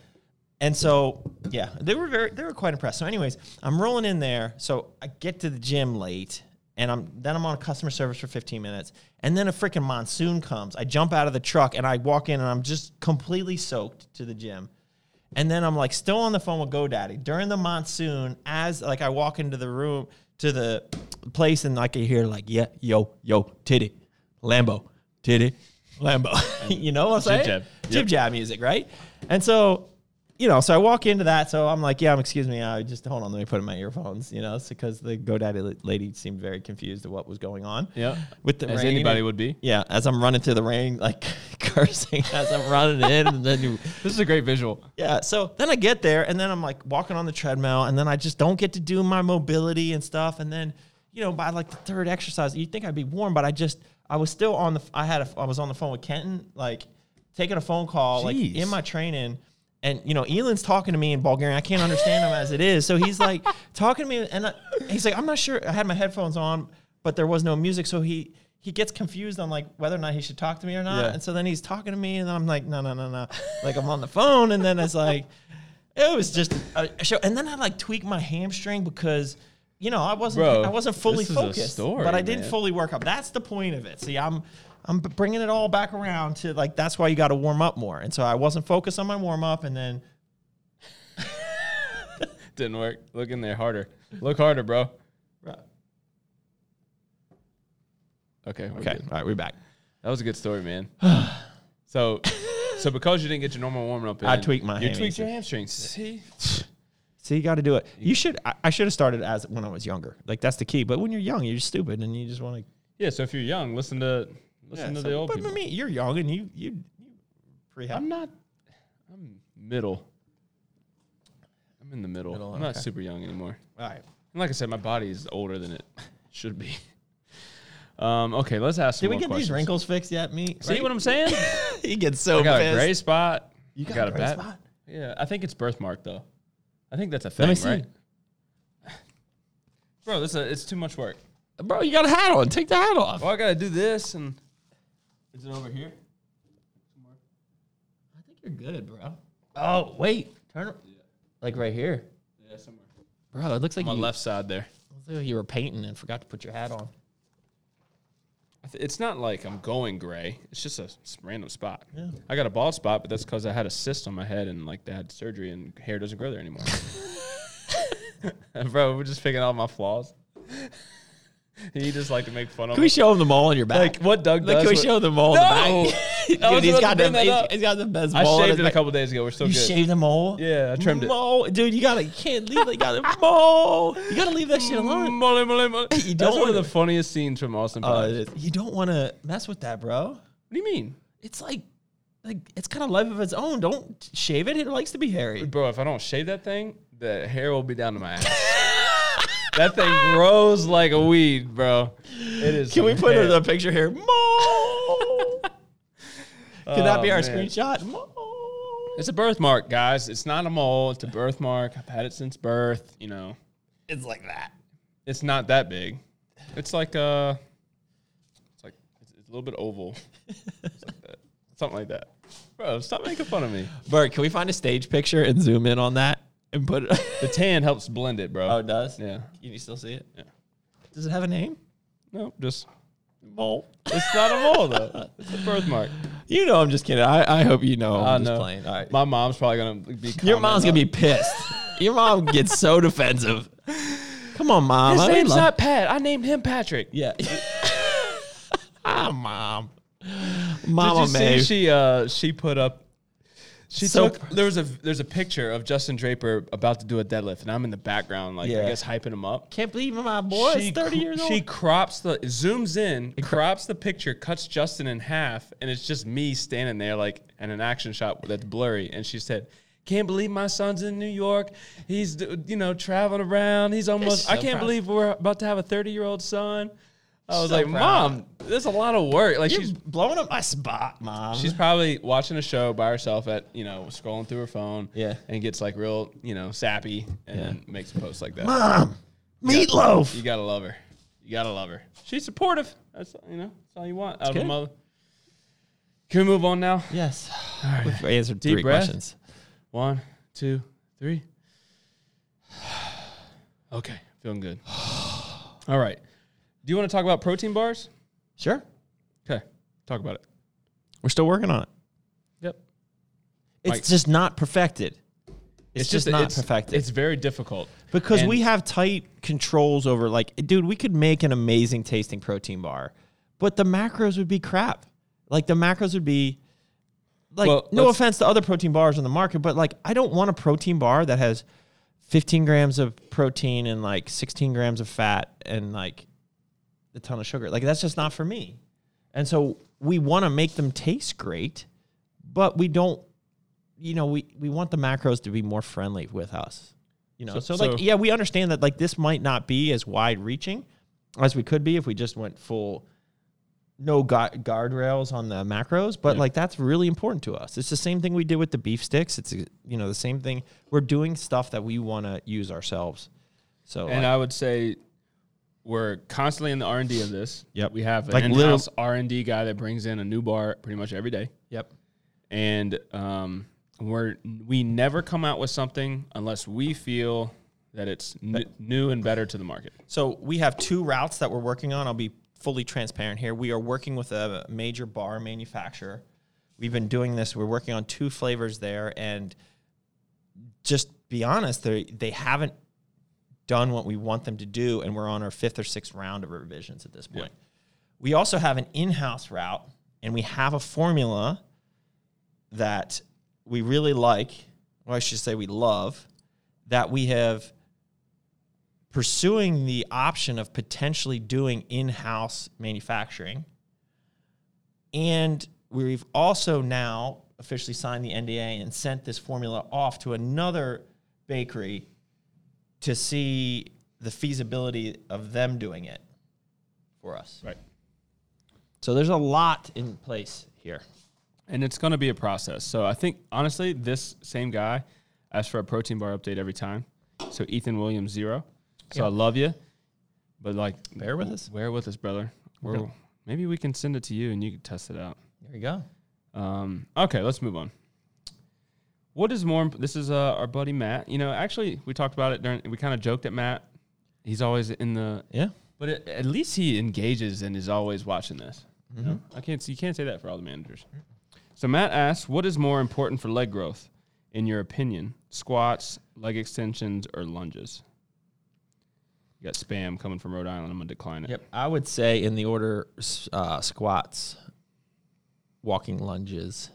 And so, yeah, they were very, they were quite impressed. So, anyways, I'm rolling in there. So I get to the gym late, and I'm then I'm on customer service for 15 minutes, and then a freaking monsoon comes. I jump out of the truck and I walk in, and I'm just completely soaked to the gym. And then I'm like still on the phone with GoDaddy during the monsoon. As like I walk into the room to the place, and I can hear like, yeah, yo, yo, titty, Lambo, titty, Lambo. you know what I'm saying? jab. Jib jab music, right? And so, you know, so I walk into that. So I'm like, yeah, I'm excuse me. I just hold on. Let me put in my earphones. You know, because the GoDaddy la- lady seemed very confused at what was going on. Yeah. with the As rain anybody and- would be. Yeah, as I'm running through the rain, like cursing as I'm running in, and then you. this is a great visual. Yeah. So then I get there and then I'm like walking on the treadmill and then I just don't get to do my mobility and stuff. And then, you know, by like the third exercise, you'd think I'd be warm, but I just, I was still on the, I had, a, I was on the phone with Kenton, like taking a phone call, like Jeez. in my training. And, you know, Elon's talking to me in Bulgarian. I can't understand him as it is. So he's like talking to me and I, he's like, I'm not sure. I had my headphones on, but there was no music. So he, he gets confused on like whether or not he should talk to me or not. Yeah. And so then he's talking to me, and I'm like, no, no, no, no. Like I'm on the phone, and then it's like, it was just a show. And then I like tweaked my hamstring because, you know, I wasn't, Bro, I wasn't fully this is a focused, story, but I didn't man. fully work up. That's the point of it. See, I'm, I'm b- bringing it all back around to like that's why you got to warm up more. And so I wasn't focused on my warm up, and then Didn't work. Look in there harder. Look harder, bro. Okay. we're okay, good. all right, we're back. That was a good story, man. so, so because you didn't get your normal warm up, in, I tweaked my You hamstring. tweaked your hamstrings. See, So you got to do it. You should. I, I should have started as when I was younger. Like that's the key. But when you're young, you're stupid, and you just want to yeah. So if you're young, listen to listen to the old but people. me, you're young and you you you pretty happy. I'm not. I'm middle. I'm in the middle. I'm not okay. super young anymore. All right. And like I said, my body is older than it should be. Um, okay, let's ask. Did we get these wrinkles fixed yet, me? See what I'm saying? I'm You get so I got a pissed. gray spot. You I got a gray spot? Yeah, I think it's birthmark though. I think that's a thing, Let me see. right? Bro, this is a, it's too much work. Bro, you got a hat on. Take the hat off. Well, I gotta do this, and is it over here? I think you're good, bro. Oh, wait. Turn it- like right here. Yeah, somewhere. Bro, it looks like My you, left side there. looks like you were painting and forgot to put your hat on. I th- It's not like I'm going gray. It's just a s- random spot. I got a bald spot, but that's because I had a cyst on my head and like they had surgery and hair doesn't grow there anymore. Bro, we're just picking out my flaws. he just like to make fun of Can we him. show him the mall on your back? like what Doug Like, does. can we with- show them all? No! The back? I was Dude, he's about got to bring the that he's- up. he's got the best. I mole in shaved his it a back. couple days ago. We're so You good. shaved the mole? Yeah, I trimmed it. Mole, dude, you gotta you can't leave. You gotta mole. You gotta leave that shit alone. Mole, mole, mole. That's You don't one of do the it. funniest scenes from Austin. Uh, Powers. it is- you don't want to mess with that, bro. what do you mean, It's like, like it's kind of life of its own. Don't shave it. It likes to be hairy. bro? If I don't shave that thing, the hair will be down to my ass. that thing grows like a weed, bro. It is. Can we put mad. the picture here? Mole. Can that be Oh, our man. screenshot? Mole. It's a birthmark, guys. It's not a mole. It's a birthmark. I've had it since birth. You know, It's like that. it's not that big. It's like uh, it's like it's, it's a little bit oval, It's like that. something like that. Bro, stop making fun of me. Bert, can we find a stage picture and zoom in on that and put it? The tan helps blend it, bro. oh, it does. yeah. Can you still see it? Yeah. Does it have a name? No, just Mole. it's not a mole though. It's a birthmark. You know, I'm just kidding. I, I hope you know. I'm I just know. playing. All right. My mom's probably gonna be. Your mom's gonna be pissed. Your mom gets so defensive. Come on, mom. I His would name's love- not Pat. I named him Patrick. yeah. ah, mom. Mama Did you Mae. see she uh she put up she So- took there was a there's a picture of Justin Draper about to do a deadlift and I'm in the background like I Yeah. guess hyping him up. Can't believe my boy is 30 cr- years She old. crops the zooms in, crops the picture, cuts Justin in half, and it's just me standing there like in an action shot that's blurry. And she said, "Can't believe my son's in New York. He's d- you know traveling around. He's almost. so I can't proud. believe we're about to have a 30 year old son." I was So like, proud. "Mom, there's a lot of work. Like You're she's blowing up my spot, mom. She's probably watching a show by herself at you know scrolling through her phone. Yeah. and gets like real you know sappy and then makes posts like that. mom. Meatloaf. You gotta love her. You gotta love her. She's supportive. That's you know that's all you want out of a good. mother. Can we move on now? Yes. We've answered Deep three breath. questions. One, two, three. Okay, feeling good. All right. Do you want to talk about protein bars? Sure. Okay, talk about it. We're still working on it. Yep. It's Mike. just not perfected. It's, just, not perfected. It's very difficult. Because And- we have tight controls over, like, dude, we could make an amazing tasting protein bar, but the macros would be crap. Like, the macros would be, like, Well, no let's- offense to other protein bars on the market, but like, I don't want a protein bar that has 15 grams of protein and like 16 grams of fat and like a ton of sugar. Like, that's just not for me. And so we want to make them taste great, but we don't, you know, we, we want the macros to be more friendly with us. You know, So- so, so- like, yeah, we understand that like this might not be as wide reaching as we could be if we just went full no gu- guardrails on the macros, but like that's really important to us. It's the same thing we did with the beef sticks. It's, you know, the same thing. We're doing stuff that we want to use ourselves. So, And uh, like, I would say we're constantly in the R and D of this. Yep. We have an Like little- in-house R and D guy that brings in a new bar pretty much every day, yep. and um, we're we never come out with something unless we feel that it's n- new and better to the market. So we have two routes that we're working on. I'll be fully transparent here. We are working with a major bar manufacturer. We've been doing this. We're working on two flavors there, and just be honest, they they haven't done what we want them to do, and we're on our fifth or sixth round of revisions at this point. We also have an in-house route, and we have a formula that we really like, or I should say we love, that we have pursuing the option of potentially doing in-house manufacturing. And we've also now officially signed the NDA and sent this formula off to another bakery to see the feasibility of them doing it for us. Right. So there's a lot in place here. And it's going to be a process. So I think honestly, this same guy asks for a protein bar update every time. So Ethan Williams zero. So I love you, but like Bear with us. Bear with us, brother. We're, Maybe we can send it to you and you can test it out. There you go. Um, okay, let's move on. What is more? imp- This is uh, our buddy Matt. You know, actually, we talked about it during. We kind of joked at Matt. He's always in the. Yeah. But at- at least he engages and is always watching this. you know? I can't. s- You can't say that for all the managers. So Matt asks, "What is more important for leg growth, in your opinion? Squats, leg extensions, or lunges?" You got spam coming from Rhode Island. I'm gonna decline it. Yep, I would say in the order s- uh, squats, walking lunges.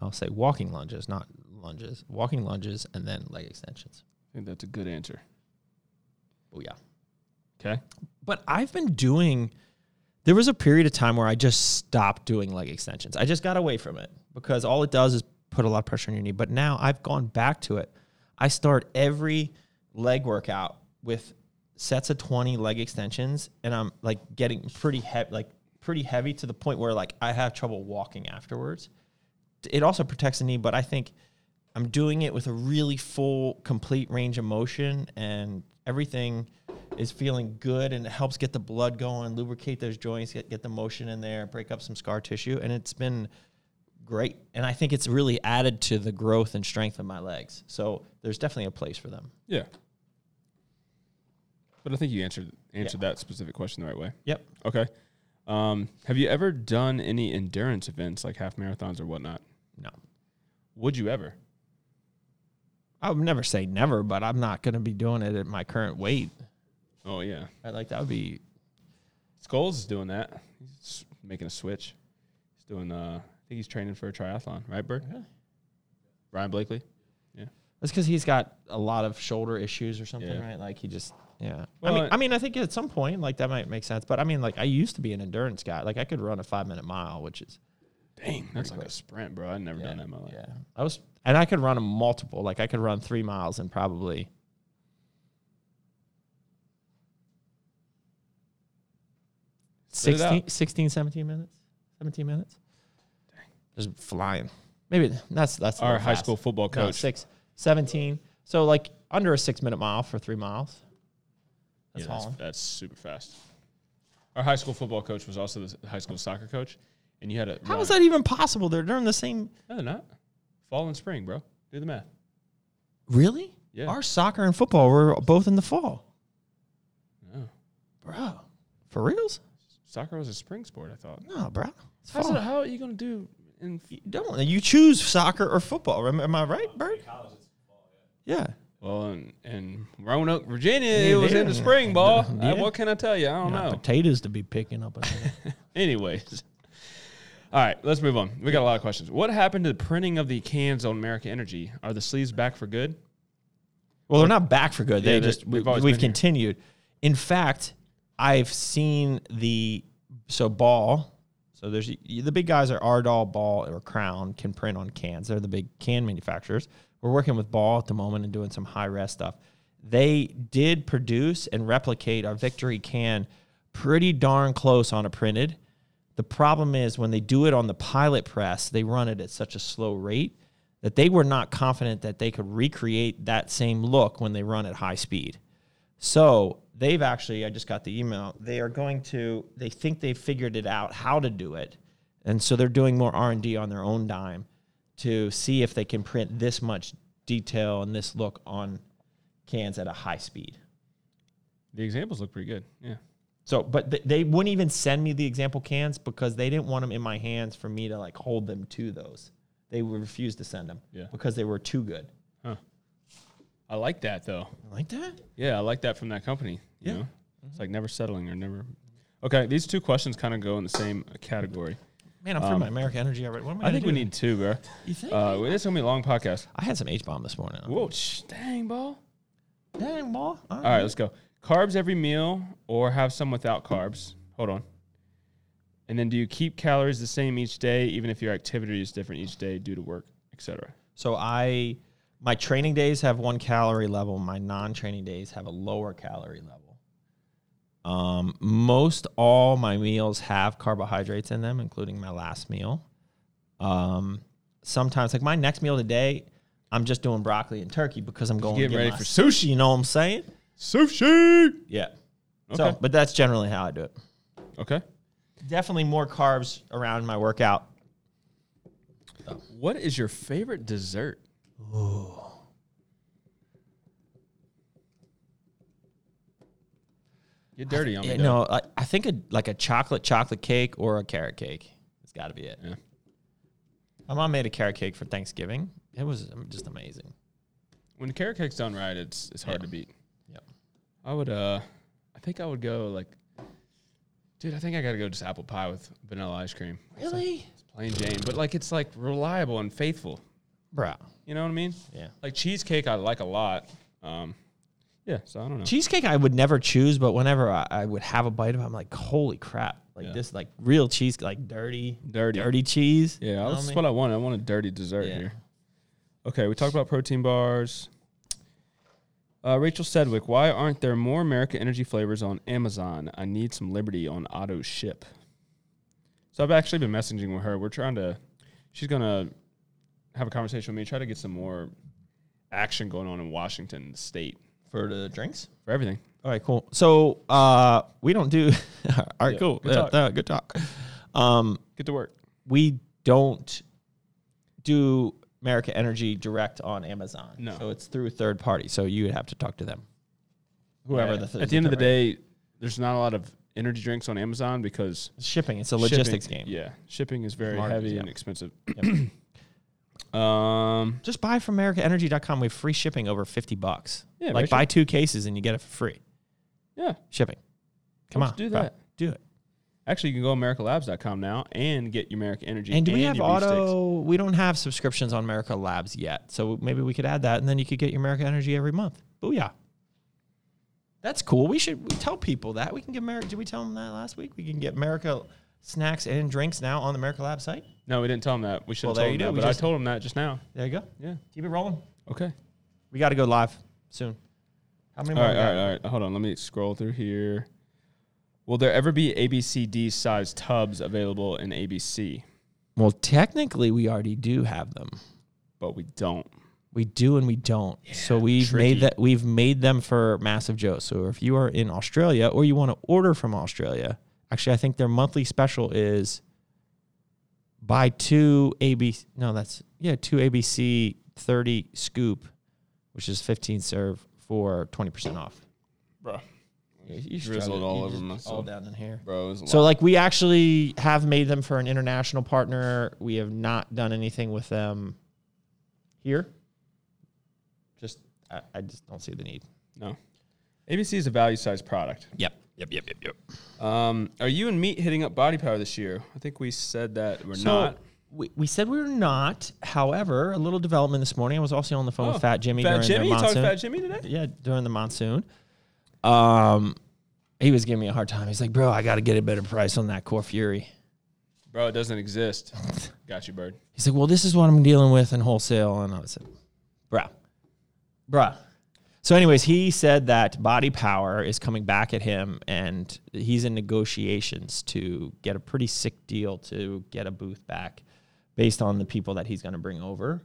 I'll say walking lunges, not lunges. Walking lunges and then leg extensions. I think that's a good answer. Oh yeah. Okay. But I've been doing. There was a period of time where I just stopped doing leg extensions. I just got away from it because all it does is put a lot of pressure on your knee. But now I've gone back to it. I start every leg workout with sets of 20 leg extensions and I'm like getting pretty heavy like pretty heavy to the point where like I have trouble walking afterwards. It also protects the knee, but I think I'm doing it with a really full complete range of motion and everything is feeling good and it helps get the blood going, lubricate those joints, get, get the motion in there, break up some scar tissue and it's been great. And I think it's really added to the growth and strength of my legs. So there's definitely a place for them. Yeah. But I think you answered answered that specific question the right way. Yep. Okay. Um, have you ever done any endurance events like half marathons or whatnot? No. Would you ever? I would never say never, but I'm not going to be doing it at my current weight. Oh yeah. I like that would be Skulls is doing that. He's s- making a switch. He's doing. Uh, I think he's training for a triathlon, right, Bird? Really? Ryan Blakely. that's because he's got a lot of shoulder issues or something, Yeah. right? Like he just yeah. Well, uh, I mean, I- I mean, I think at some point like that might make sense, but I mean, like I used to be an endurance guy. Like I could run a five minute mile, which is Dang, that's like a sprint, bro. I've never done that in my life. yeah. I was and I could run a multiple. Like I could run three miles and probably. Spit it out. 16, 16, 17 minutes, seventeen minutes. Just flying. Maybe that's that's a Our little high fast. school football No, coach. six, 17. So like under a six minute mile for three miles. That's Yeah, hauling. that's super fast. Our high school football coach was also the s- high school soccer coach, and you had a. How is that even possible? They're during the same. No, they're not. Fall and spring, bro. Do the math. Really? Yeah. Our soccer and football were both in the fall, No. bro. For reals? Soccer was a spring sport, I thought. E, No, bro. It's How's fall. it, how are you going to do in. You don't. You choose soccer or football. Am, am I right, Bert? Yeah. Well, in, in Roanoke, Virginia, it Yeah, was they- in the spring ball. yeah. Uh, what can I tell you? I don't Not know. potatoes to be picking up. another. Anyways. All right, let's move on. We got a lot of questions. What happened to the printing of the cans on American Energy? Are the sleeves back for good? well, they're not back for good. They Yeah, they're- just we, they've always we've been here. continued. In fact, I've seen the so ball. So there's the big guys are Ardall, Ball, or Crown can print on cans. They're the big can manufacturers. We're working with Ball at the moment and doing some high res stuff. They did produce and replicate our Victory can pretty darn close on a printed. The problem is when they do it on the pilot press, they run it at such a slow rate that they were not confident that they could recreate that same look when they run at high speed. So they've actually, I just got the email. They are going to. They think they've figured it out how to do it, and so they're doing more R and D on their own dime to see if they can print this much detail and this look on cans at a high speed. The examples look pretty good. Yeah. So, but th- they wouldn't even send me the example cans because they didn't want them in my hands for me to like hold them to those. They would refuse to send them Yeah. because they were too good. I like that, though. Like that? Yeah, I like that from that company. You know? Mm-hmm. It's like never settling or never. Okay, these two questions kind of go in the same category. Man, I'm through my American Energy already. What am I? Um, I gonna think we do? need two, bro. You think? Uh, well, this is gonna be a long podcast. I had some H bomb this morning. Whoa, sh- dang, ball. Dang, ball. All All right, let's go. Carbs every meal, or have some without carbs. Hold on. And then, do you keep calories the same each day, even if your activity is different each day due to work, etc.? So I my training days have one calorie level, my non-training days have a lower calorie level. Um, most all my meals have carbohydrates in them, including my last meal. Um, sometimes like my next meal today, I'm just doing broccoli and turkey because I'm going to getting get ready my for sushi, you know what I'm saying? Sushi. Yeah. So, Okay. but that's generally how I do it. Okay. Definitely more carbs around my workout. What is your favorite dessert? Get dirty on me. Yeah, dog. no, I, I think a, like a chocolate chocolate cake or a carrot cake. It's got to be it. Yeah. My mom made a carrot cake for Thanksgiving. It was um, just amazing. When the carrot cake's done right, it's it's hard to beat. Yep. All I would uh I think I would go like dude, I think I gotta go just apple pie with vanilla ice cream. It's like- Really? It's plain Jane. But like it's like reliable and faithful. Bro. You know what I mean? Yeah. Like cheesecake I like a lot. Um yeah, so I don't know. Cheesecake I would never choose, but whenever I, I would have a bite of it, I'm like, holy crap. Like Yeah. this like real cheese, like dirty, Dirty. dirty cheese. Yeah, know that's what I what I want. I want a dirty dessert Yeah. here. Okay, we talked about protein bars. Uh, Rachel Sedgwick, why aren't there more America Energy flavors on Amazon? I need some liberty on auto ship. So I've actually been messaging with her. We're trying to, she's gonna have a conversation with me, try to get some more action going on in Washington State For the drinks? for everything. All right, cool. So uh, we don't do. All right, Yeah, cool. good Yeah, talk. uh, good talk. Um, Get to work. we don't do America Energy direct on Amazon. No. so it's through a third party. So you would have to talk to them. Whoever Yeah. the third at the end of the day, there's not a lot of energy drinks on Amazon because shipping. It's a logistics shipping, game. Yeah, shipping is very Margins, heavy yeah. and expensive. um, Just buy from AmericaEnergy.com. We have free shipping over fifty bucks. Yeah, like Rachel. buy two cases and you get it for free yeah, shipping. Come Let's on, do bro. that. Do it. actually, you can go americalabs.com now and get your American Energy. And do we have your beef sticks. auto? We don't have subscriptions on America Labs yet, so maybe we could add that, and then you could get your America Energy every month. Booyah! That's cool. We should we tell people that we can get America. Did we tell them that last week? We can get America snacks and drinks now on the America Lab site. No, we didn't tell them that. We should Well, have there told them you do. that, We but just- I told them that just now. There you go. Yeah. Keep it rolling. Okay. We got to go live soon. How many All more? right, we got? all right, all right. Hold on. Let me scroll through here. Will there ever be ABCD size tubs available in ABC? Well, technically, we already do have them. But we don't. We do and we don't. so we've tricky. made that we've made them for Massive Joe. So if you are in Australia or you want to order from Australia, actually I think their monthly special is buy two ABC no, that's yeah, two ABC thirty scoop, which is fifteen serve for twenty percent off. Bro, You Drizzled struggled- all you over just- myself. All down in here. bro. So like we actually have made them for an international partner. We have not done anything with them here. Just I, I just don't see the need. no. ABC is a value size product. Yep. Yep. Yep. Yep. Yep. Um, are you and Meat hitting up Body Power this year? I think we said that we're So not. we, we said we were not. However, a little development this morning. I was also on the phone Oh, with Fat Jimmy Fat during Jimmy, their you talking monsoon. Fat Jimmy today? yeah, during the monsoon. Um he was giving me a hard time. He's like, bro, I gotta get a better price on that core fury. Bro, it doesn't exist. Got you, bird. He's like, well, this is what I'm dealing with in wholesale. And I said, bruh, bruh. So, anyways, he said that Body Power is coming back at him and he's in negotiations to get a pretty sick deal to get a booth back based on the people that he's going to bring over,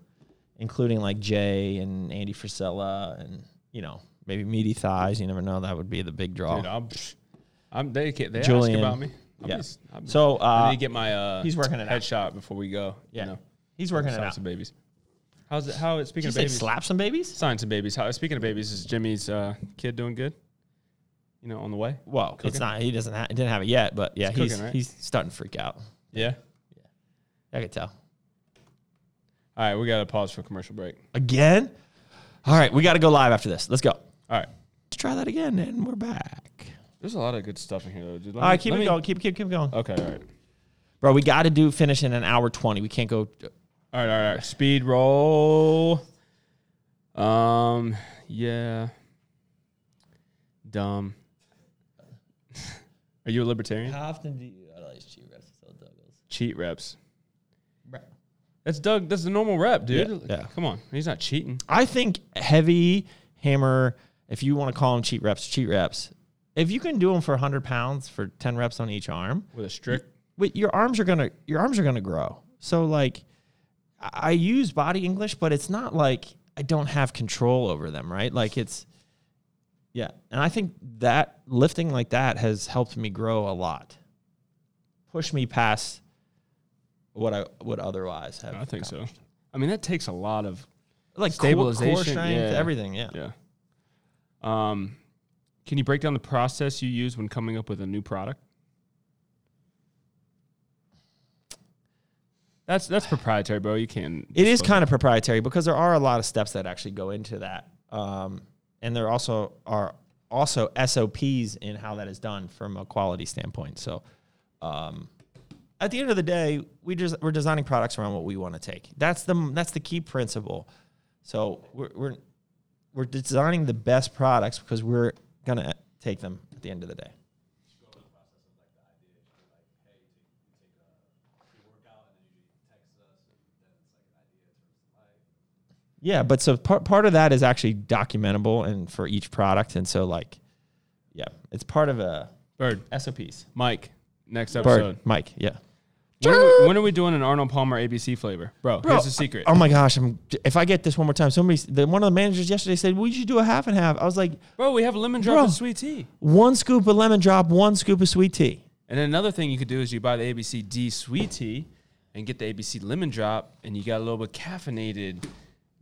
including like Jay and Andy Frisella and, you know, maybe Meaty Thighs. You never know. That would be the big draw. Dude, I'm, I'm, they ca- they Julian. ask about me. I'm Yeah. just- I'm- So, I uh, need to get my uh, he's working it out. headshot before we go. yeah, You know, he's working it science out. and babies. How's it? How speaking Did you of say babies? slap some babies? Science and babies. How speaking of babies? Is Jimmy's uh, kid doing good? You know, on the way. Well, it's not. He doesn't. Ha- he didn't have it yet, but yeah, It's he's cooking, right? he's starting to freak out. Yeah. I could tell. All right, we got to pause for a commercial break. Again. All right, we got to go live after this. Let's go. Let's All right. try that again, and we're back. There's a lot of good stuff in here, though. Dude, Let All me- right, keep let it me- going. Keep keep keep going, Okay. All right. bro. We got to do finish in an hour twenty. We can't go. All right, all right, all right. Speed roll. Um, yeah. Dumb. Are you a libertarian? How often do you utilize cheat reps and Douglas? Cheat reps. That's Doug. That's the normal rep, dude. Yeah, yeah. Come on, he's not cheating. I think heavy hammer. If you want to call them cheat reps, cheat reps. If you can do them for hundred pounds for ten reps on each arm, With a strict. but your arms are gonna your arms are gonna grow. So like, I I use body English, but it's not like I don't have control over them, right? Like it's, yeah. And I think that lifting like that has helped me grow a lot, push me past what I would otherwise have. I think so. I mean, that takes a lot of. Like stabilization, core Stabilization, strength, yeah. everything. Yeah. Yeah. Um, can you break down the process you use when coming up with a new product? That's that's proprietary, bro. You can't. it is kind of proprietary because there are a lot of steps that actually go into that um, and there also are also SOPs in how that is done from a quality standpoint. So, um, at the end of the day, we just we're designing products around what we want to take. That's the that's the key principle. So we're we're, we're designing the best products because we're gonna take them at the end of the day. Yeah, but so part part of that is actually documentable and for each product, and so like, yeah, it's part of a Bird, SOPs. Mike, next Bird, episode. Mike, yeah. When are, we, when are we doing an Arnold Palmer ABC flavor, bro? here's the secret. Oh my gosh, I'm, if I get this one more time, somebody, the, one of the managers yesterday said, "We should do a half and half." I was like, bro, we have lemon drop Bro. and sweet tea. one scoop of lemon drop, one scoop of sweet tea. And then another thing you could do is you buy the ABC D sweet tea and get the ABC lemon drop, and you got a little bit caffeinated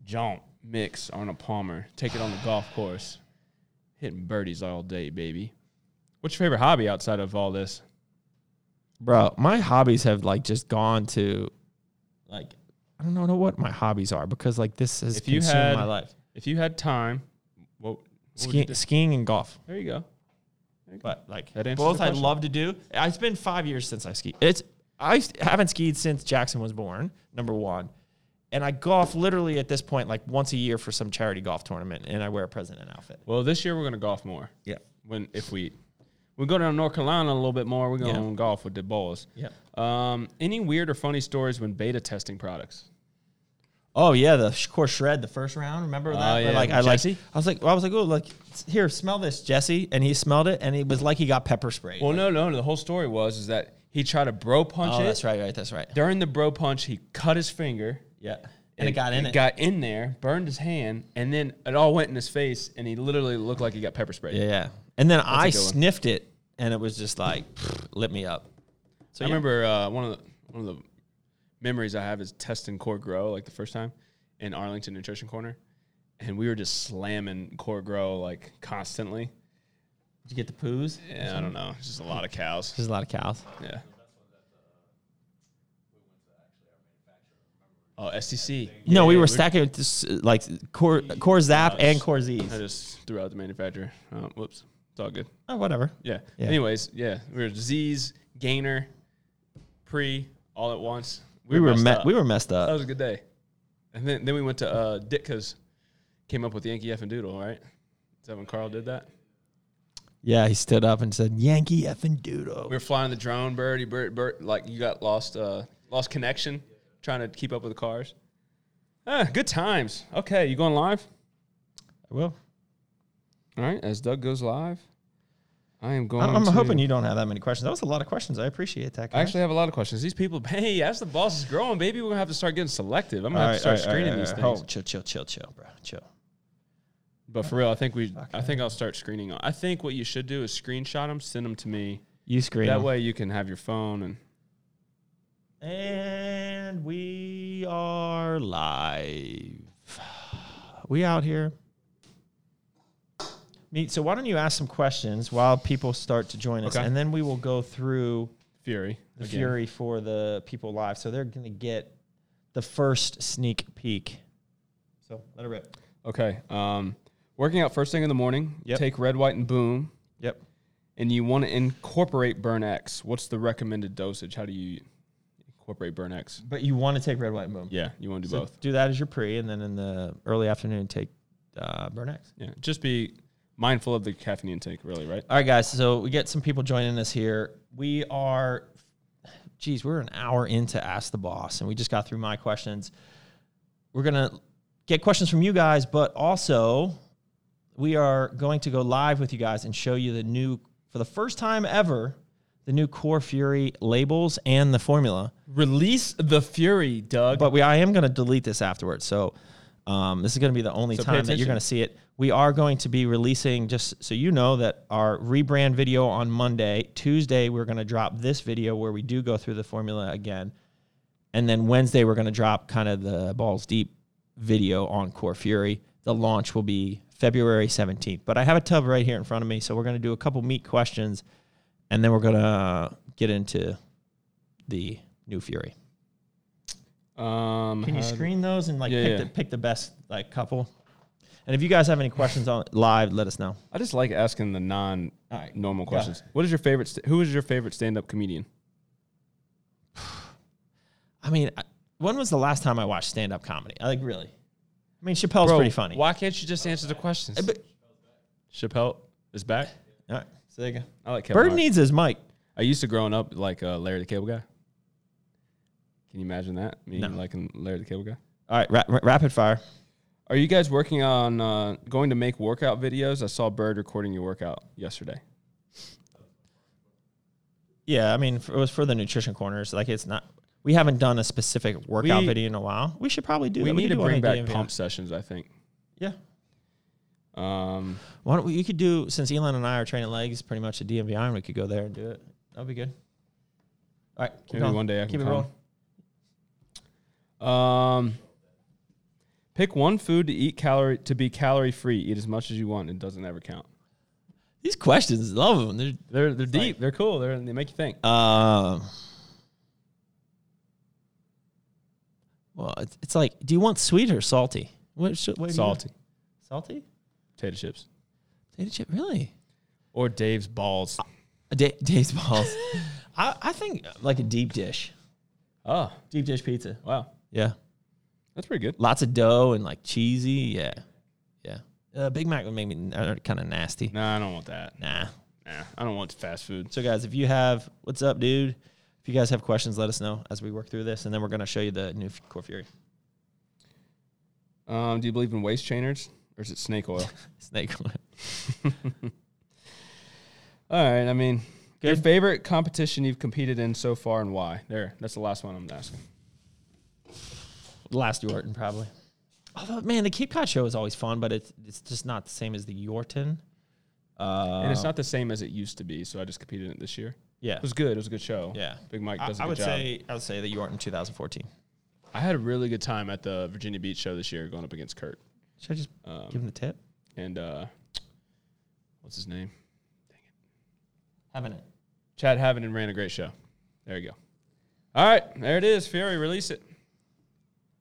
jaunt mix Arnold Palmer. Take it on the golf course, hitting birdies all day, baby. What's your favorite hobby outside of all this? Bro, my hobbies have like just gone to, like, I don't know what my hobbies are because like this has If you consumed had- my life. If you had time, what, what would you Ski, do? skiing and golf, There you go. but like That answers both the I question. love to do. It's been five years since I skied. It's I s- haven't skied since Jackson was born. Number one. And I golf literally at this point like once a year for some charity golf tournament, and I wear a president outfit. Well, this year we're gonna golf more. Yeah. When if we we go down to North Carolina a little bit more, we're gonna golf with the balls. Yeah. Um, any weird or funny stories when beta testing products? Oh yeah, the sh- core shred the first round. Remember that? Where, Oh, yeah, Like I like, Jesse? I was like, I was like, oh look, s- here, smell this, Jesse, and he smelled it, and it was like he got pepper sprayed. Well, no, no, no. The whole story was is that he tried to bro punch oh, it. that's right, right, that's right. During the bro punch, he cut his finger. Yeah, and it got in it. Got in there, burned his hand, and then it all went in his face, and he literally looked like he got pepper sprayed. yeah, yeah. And then I good one. sniffed it, and it was just like lit me up. I remember uh, one of the one of the memories I have is testing core grow like the first time in Arlington Nutrition Corner, and we were just slamming core grow like constantly. Did you get the poos? Yeah, I don't know, just a lot of cows. There's a lot of cows. Yeah. Oh, STC. no, we Yeah, were stacking with this, uh, like core core zap and core I Z's. just threw out the manufacturer. Oh, whoops, it's all good. Oh, whatever. Yeah. Yeah. Anyways, yeah, we were Z's gainer, pre all at once. We were messed me- up. we were messed That up. was a good day. And then, then we went to uh, Ditka's, came up with Yankee F and Doodle, right? Is that when Carl did that? Yeah, he stood up and said, "Yankee effing doodle." We were flying the drone, birdie, bird, bird, like you got lost, uh, lost connection, trying to keep up with the cars. Ah, good times. Okay, you going live? Well, All right, as Doug goes live, I am going. I'm, I'm to- hoping you don't have that many questions. That was a lot of questions. I appreciate that. I guys. actually have a lot of questions. These people, hey, as the boss is growing, baby, we're gonna have to start getting selective. I'm gonna have to start screening these things. Oh, chill, chill, chill, chill, bro. Chill. But for real, I think we, I think I'll start screening. I think what you should do is screenshot them, send them to me. You screen. That way you can have your phone and And we are live. We out here. Meet. So why don't you ask some questions while people start to join us, Okay. and then we will go through Fury. the again. fury for the people live. So they're gonna get the first sneak peek. So let it rip. Okay. Um, working out first thing in the morning. Yep. Take red, white, and boom. Yep. And you want to incorporate Burn X. What's the recommended dosage? How do you incorporate Burn X? But you want to take red, white, and boom. Yeah, you want to do So both. do that as your pre, and then in the early afternoon, take uh, Burnex. Yeah. Just be mindful of the caffeine intake, really, right? All right, guys. So we get some people joining us here. We are, geez, we're an hour into Ask the Boss, and we just got through my questions. We're going to get questions from you guys, but also we are going to go live with you guys and show you the new, for the first time ever, the new Core Fury labels and the formula. Release the fury, Doug. But we, I am going to delete this afterwards. So um, this is going to be the only So pay time that you're attention. going to see it. We are going to be releasing, just so you know, that our rebrand video on Monday. Tuesday, we're going to drop this video where we do go through the formula again. And then Wednesday, we're going to drop kind of the balls deep video on Core Fury. The launch will be February 17th. But I have a tub right here in front of me. So we're going to do a couple meat questions and then we're going to get into the new Fury. um, Can you how- Um, screen those and like Yeah, pick, Uh, yeah. The, pick the best like couple? And if you guys have any questions on live, let us know. I just like asking the non right. normal Yeah. questions. What is your favorite? St- who is your favorite stand up comedian? I mean, I- when was the last time I watched stand up comedy? Like really? I mean, Chappelle's pretty funny. Why can't you just answer the questions? But, Chappelle is back. all right, so there you go. I like Kevin Bird Hart. needs his mic. I used to growing up like uh, Larry the Cable Guy. Can you imagine that? Me liking Larry the Cable Guy. All right, ra- ra- rapid fire. Are you guys working on uh, going to make workout videos? I saw Bird recording your workout yesterday. Yeah, I mean, f it was for the nutrition corners. Like, it's not. We haven't done a specific workout We- video in a while. We should probably do. we that. need could to do one bring on back DMVR. pump sessions. I think. Yeah. Um, Why don't we, you could do since Elon and I are training legs pretty much at DMVI, and we could go there and do it. That'd be good. All right, keep Maybe going. one day I can keep it come. rolling. um, pick one food to eat calorie to be calorie free. Eat as much as you want. It doesn't ever count. These questions, love them. They're They're they're deep. they're cool. They're, they make you think. Um. Well, it's, it's like, do you want sweet or salty? What, should, what do you want? Salty Salty? potato chips Potato chip? Really? or Dave's balls. A da- day's balls. I, I think uh, like a deep dish. Oh Deep dish pizza. wow, Yeah. that's pretty good. Lots of dough and like cheesy. Yeah. Yeah. Uh, Big Mac would make me kind of nasty. No, I don't want that. Nah. Nah, I don't want fast food. So, guys, if you have, what's up, dude? If you guys have questions, let us know as we work through this, and then we're going to show you the new F- Core Fury Um, do you believe in waist trainers or is it snake oil? snake. All right, I mean, your Good. favorite competition you've competed in so far and why? There, that's the last one I'm asking. Last Yorton, probably. Although, man, the Cape Cod show is always fun, but it's it's just not the same as the Yorton. Uh, and it's not the same as it used to be, so I just competed in it this year. yeah, It was good. It was a good show. yeah. Big Mike I- does a I good would job. say I would say the Yorton 2014. I had a really good time at the Virginia Beach show this year going up against Kurt. Should I just Um, give him the tip? And uh, what's his name? Having it. Chad Havenden ran a great show. There you go. All right, there it is. Fury, release it.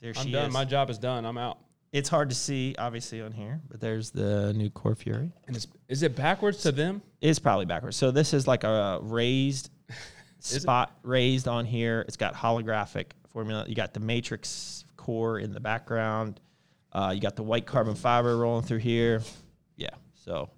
There I'm she done. is. My job is done. I'm out. it's hard to see, obviously, on here, but there's the new Core Fury. And it's, is it backwards to them? It's probably backwards. So this is like a raised it? spot raised on here. It's got holographic formula. You got the matrix core in the background. Uh, you got the white carbon fiber rolling through here. Yeah. So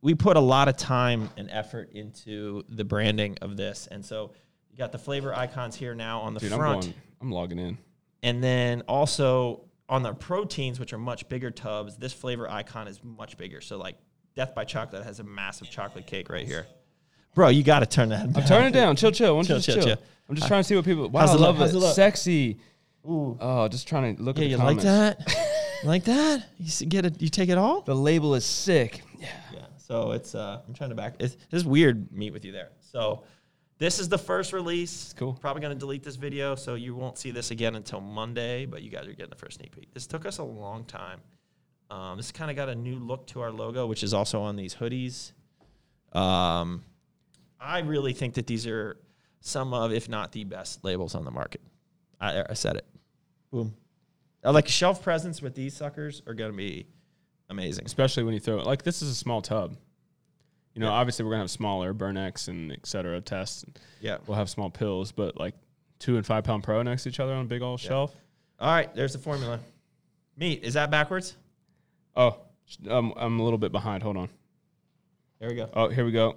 we put a lot of time and effort into the branding of this, and so you got the flavor icons here now on the Dude, front. I'm going. I'm logging in. And then also on the proteins, which are much bigger tubs, this flavor icon is much bigger. So like Death by Chocolate has a massive chocolate cake right here. Bro, you got to turn that. Back. Turn it down. Chill, chill. Why don't you Chill, just chill, chill? chill. I'm just trying to see what people. Wow, How's I it look? love How's it. it look? Sexy. Oh, just trying to look Yeah, at the you comments. like that? You like that? You s- get it? You take it all? The label is sick. Yeah. So it's uh, I'm trying to back. It's, this is weird meet with you there. So this is the first release. cool. Probably gonna delete this video, so you won't see this again until Monday. But you guys are getting the first sneak peek. This took us a long time. Um, this kind of got a new look to our logo, which is also on these hoodies. Um, I really think that these are some of, if not the best labels on the market. I, I said it. Boom. Uh, Like shelf presence with these suckers are gonna be amazing. Especially when you throw it. Like, this is a small tub. You know, obviously, we're going to have smaller Burn X and et cetera tests. Yeah. We'll have small pills, but like two and five pound pro next to each other on a big old shelf. All right, there's the formula. Meat, is that backwards? Oh, sh- um, I'm a little bit behind. Hold on. There we go. Oh, here we go.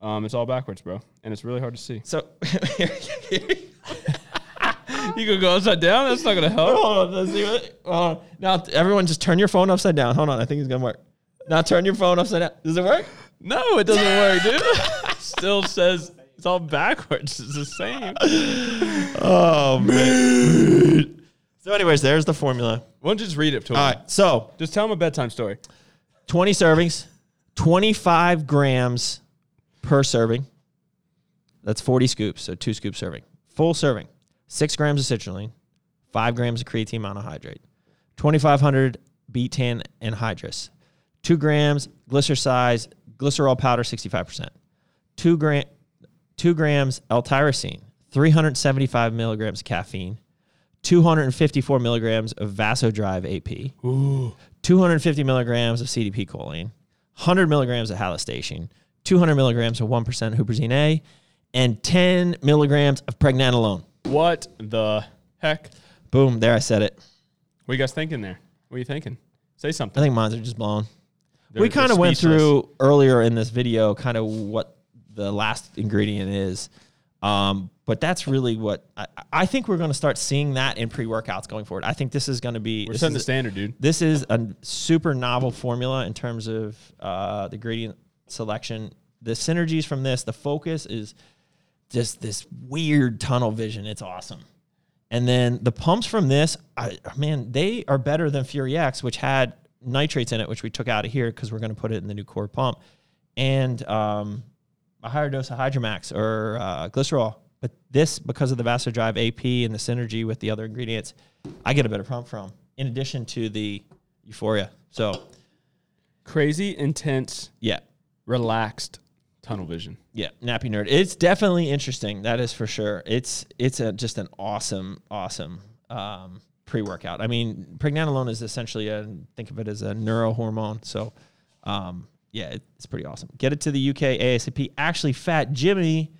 Um, it's all backwards, bro. And it's really hard to see. So, You could go upside down. That's not going to help. hold on, let's see what. Hold on. Now, everyone, just turn your phone upside down. Hold on, I think it's gonna work. Now, turn your phone upside down. Does it work? No, it doesn't work, dude. Still says it's all backwards. It's the same. Oh man. so, anyways, there's the formula. Why don't you just read it to him? All right, so Just tell him a bedtime story. 20 servings, 25 grams per serving. That's 40 scoops, so two scoop serving. Full serving, six grams of citrulline, five grams of creatine monohydrate, 2,500 B10 anhydrous, two grams glycerol glycerol powder 65%, two, gram, two grams L-tyrosine, 375 milligrams of caffeine, 254 milligrams of Vasodrive AP, 250 milligrams of CDP choline, 100 milligrams of halostation, 200 milligrams of 1% huperzine A, and 10 milligrams of pregnenolone. What the heck? Boom, there I said it. What you guys thinking there? What are you thinking? Say I something. think mine are just blown. They're- we kind they're of went speechless. through earlier in this video kind of what the last ingredient is. Um, but that's really what I, I think we're going to start seeing that in pre workouts going forward. I think this is going to be We're this setting the is- standard, dude. this is a super novel formula in terms of uh, the ingredient selection. The synergies from this, the focus is just this weird tunnel vision. It's awesome. And then the pumps from this, I, man, they are better than Fury X, which had nitrates in it, which we took out of here because we're going to put it in the new core pump, and um, a higher dose of Hydromax or uh, glycerol. But this, because of the Vaster Drive AP and the synergy with the other ingredients, I get a better pump from, in addition to the euphoria. So, Crazy, intense, yeah, relaxed tunnel vision. Yeah, nappy nerd. It's definitely interesting. That is for sure. It's it's a, just an awesome, awesome um, pre workout. I mean, pregnenolone is essentially a think of it as a neurohormone. So, um, yeah, it- it's pretty awesome. Get it to the UK ASAP. Actually, Fat Jimmy,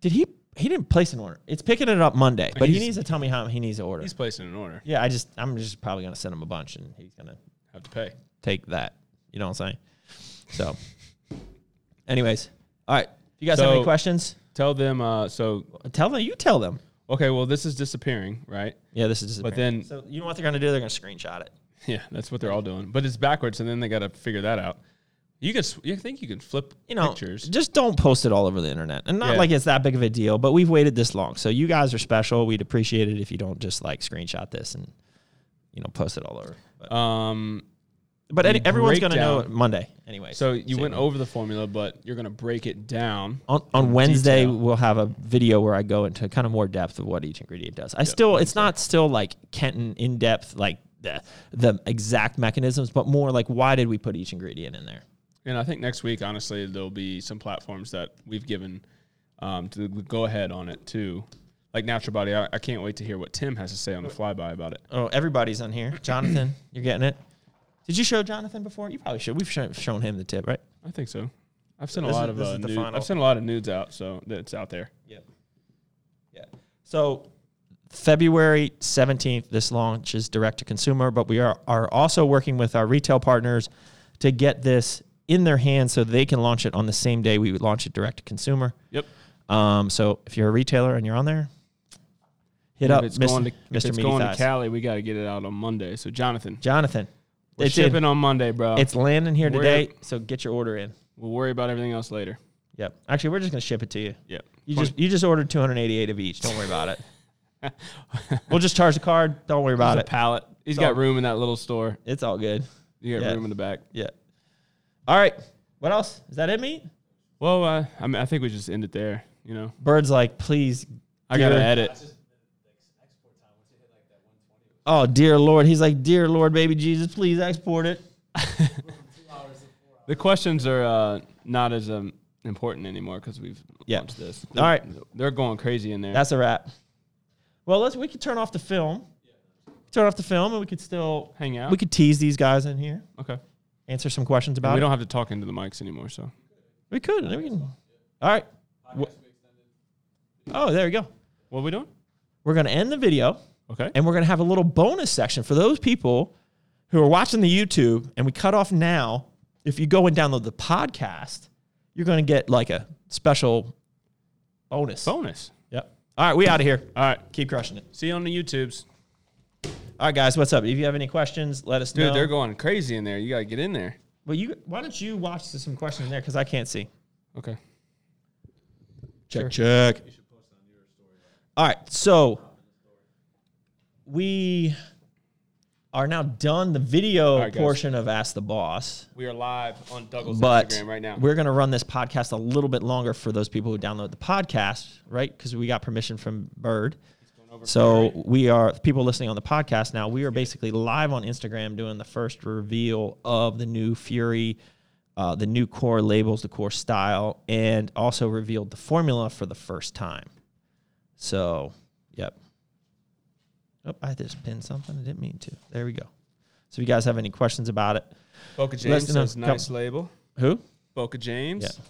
did he? He didn't place an order. It's picking it up Monday, but he He's- needs to tell me how he needs to order. He's placing an order. Yeah, I just I'm just probably gonna send him a bunch, and he's gonna Have to pay. take that. You know what I'm saying? So, anyways, all right. If you guys have So- any questions, Tell them. Uh, so tell them. You tell them. okay, well this is disappearing, right? Yeah, this is. But then so you know what they're gonna do? They're gonna screenshot it. yeah, that's what they're all doing. But it's backwards, and then they got to figure that out. You could. s- You think you can flip You know, pictures? just don't post it all over the internet, and not Yeah. like it's that big of a deal. But we've waited this long, so you guys are special. We'd appreciate it if you don't just like screenshot this and you know post it all over. But, Um. but any, everyone's gonna know breakdown. Monday anyway. So you Same went here. over the formula, but you're gonna break it down. on, on Wednesday detail. we'll have a video where I go into kind of more depth of what each ingredient does. I still it's not still like Kenton in depth like the the exact mechanisms, but more like why did we put each ingredient in there? And I think next week, honestly, there'll be some platforms that we've given um, to go ahead on it too. Like Natural Body, I, I can't wait to hear what Tim has to say on the flyby about it. Oh, everybody's on here. Jonathan, you're getting it. Did you show Jonathan before? You probably should. We've shown, shown him the tip, right? I think so. I've sent a This is- lot of this uh, is the nude- final. I've sent a lot of nudes out, so it's out there. Yep. Yeah. So February 17th, this launch is direct to consumer, but we are, are also working with our retail partners to get this in their hands so they can launch it on the same day we would launch it direct to consumer. Yep. Um, so if you're a retailer and you're on there, hit up if it's Mr. going to if Mr. it's Meaty going Thighs. to Cali, we got to get it out on Monday. So Jonathan, Jonathan, we're it's, shipping in. on Monday, bro. it's landing here We're- today, so get your order in. we'll worry about everything else later. Yep. Actually, we're just gonna ship it to you. Yep. You just you just ordered 288 of each. Don't worry about it. we'll just charge the card. Don't worry about a it. pallet. He's got room in that little store. It's all good. You got Yeah. room in the back. Yeah. All right. What else? Is that it, meat? Well, uh, I mean, I think we just end it there. You know, Bird's like, please. I gotta dear- edit. Oh, dear Lord. He's like, dear Lord, baby Jesus, please export it. The questions are uh, not as um, important anymore because we've Yeah. launched this. All right. they're going crazy in there. That's a wrap. Well, let's. We could turn off the film. Turn off the film, and we could still Hang out. We could tease these guys in here. okay. Answer some questions about We it. don't have to talk into the mics anymore. So We could. We can. All right. Wh- Oh, there we go. what are we doing? We're going to end the video Okay. and we're going to have a little bonus section for those people who are watching the YouTube and we cut off now. If you go and download the podcast, you're going to get like a special bonus. Bonus. Yep. All right. We out of here. All right. Keep crushing it. See you on the YouTubes. All right, guys. What's up? If you have any questions, let us Dude, know. they're going crazy in there. You gotta get in there. well, you, why don't you watch some questions in there? Because I can't see. Okay. Check, check. All right, so we are now done the video right, guys. portion of Ask the Boss, We are live on Douglas but Instagram right now. we're going to run this podcast a little bit longer for those people who download the podcast, right? Because we got permission from Bird. So we are people listening on the podcast now. We are basically live on Instagram doing the first reveal of the new Fury, uh, the new core labels, the core style, and also revealed the formula for the first time. So, yep, Oh, I just pinned something. I didn't mean to. There we go. So if you guys have any questions about it, Boca James than a says nice label. who? Boca James. Yeah.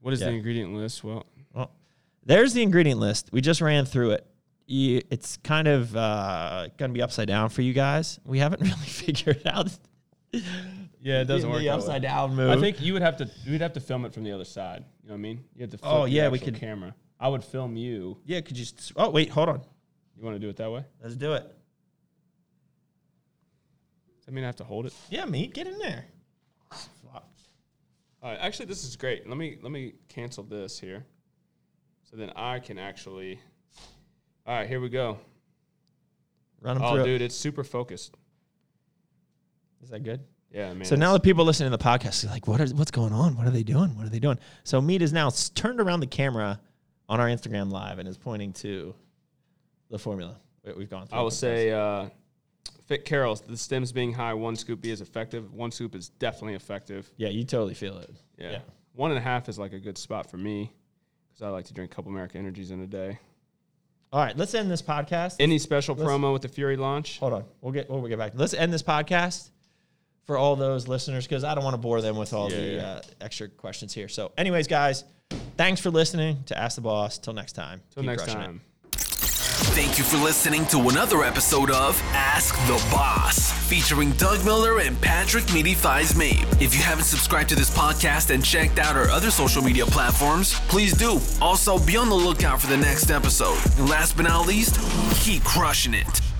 What is Yeah. the ingredient list? Well, Well, there's the ingredient list. We just ran through it. You, it's kind of uh, going to be upside down for you guys. We haven't really figured out yeah, it doesn't work. the that way. upside down move. I think you would have to. We'd have to film it from the other side. You know what I mean? You have to. Flip Oh, the yeah, we actual could- Camera. I would film you. Yeah, could you? s- Oh wait, hold on. You want to do it that way? Let's do it. Does that mean I have to hold it? Yeah, meat, get in there. Flop. All right. Actually, this is great. Let me let me cancel this here, so then I can actually. All right, here we go. Run them Oh, through. dude, it's super focused. Is that good? Yeah, man. So now it's- the people listening to the podcast are like, what is what's going on? What are they doing? What are they doing? So meat is now s- turned around the camera on our Instagram live and is pointing to the formula. We- We've gone through. I will it. say, uh, Fit Carroll's the stems being high, one scoop B is effective. One scoop is definitely effective. Yeah, you totally feel it. Yeah. Yeah. One and a half is like a good spot for me because I like to drink a couple American Energies in a day. All right, let's end this podcast. Any special promo with the Fury launch? Hold on. We'll get we'll get back. Let's end this podcast for all those listeners because I don't want to bore them with all the Yeah. Uh, extra questions here. So, anyways, guys, thanks for listening to Ask the Boss. Till next time. Till Keep next crushing it. time. Thank you for listening to another episode of Ask the Boss, featuring Doug Miller and Patrick Meaty Thighs Mabe. If you haven't subscribed to this podcast and checked out our other social media platforms, please do. Also, be on the lookout for the next episode. And last but not least, keep crushing it.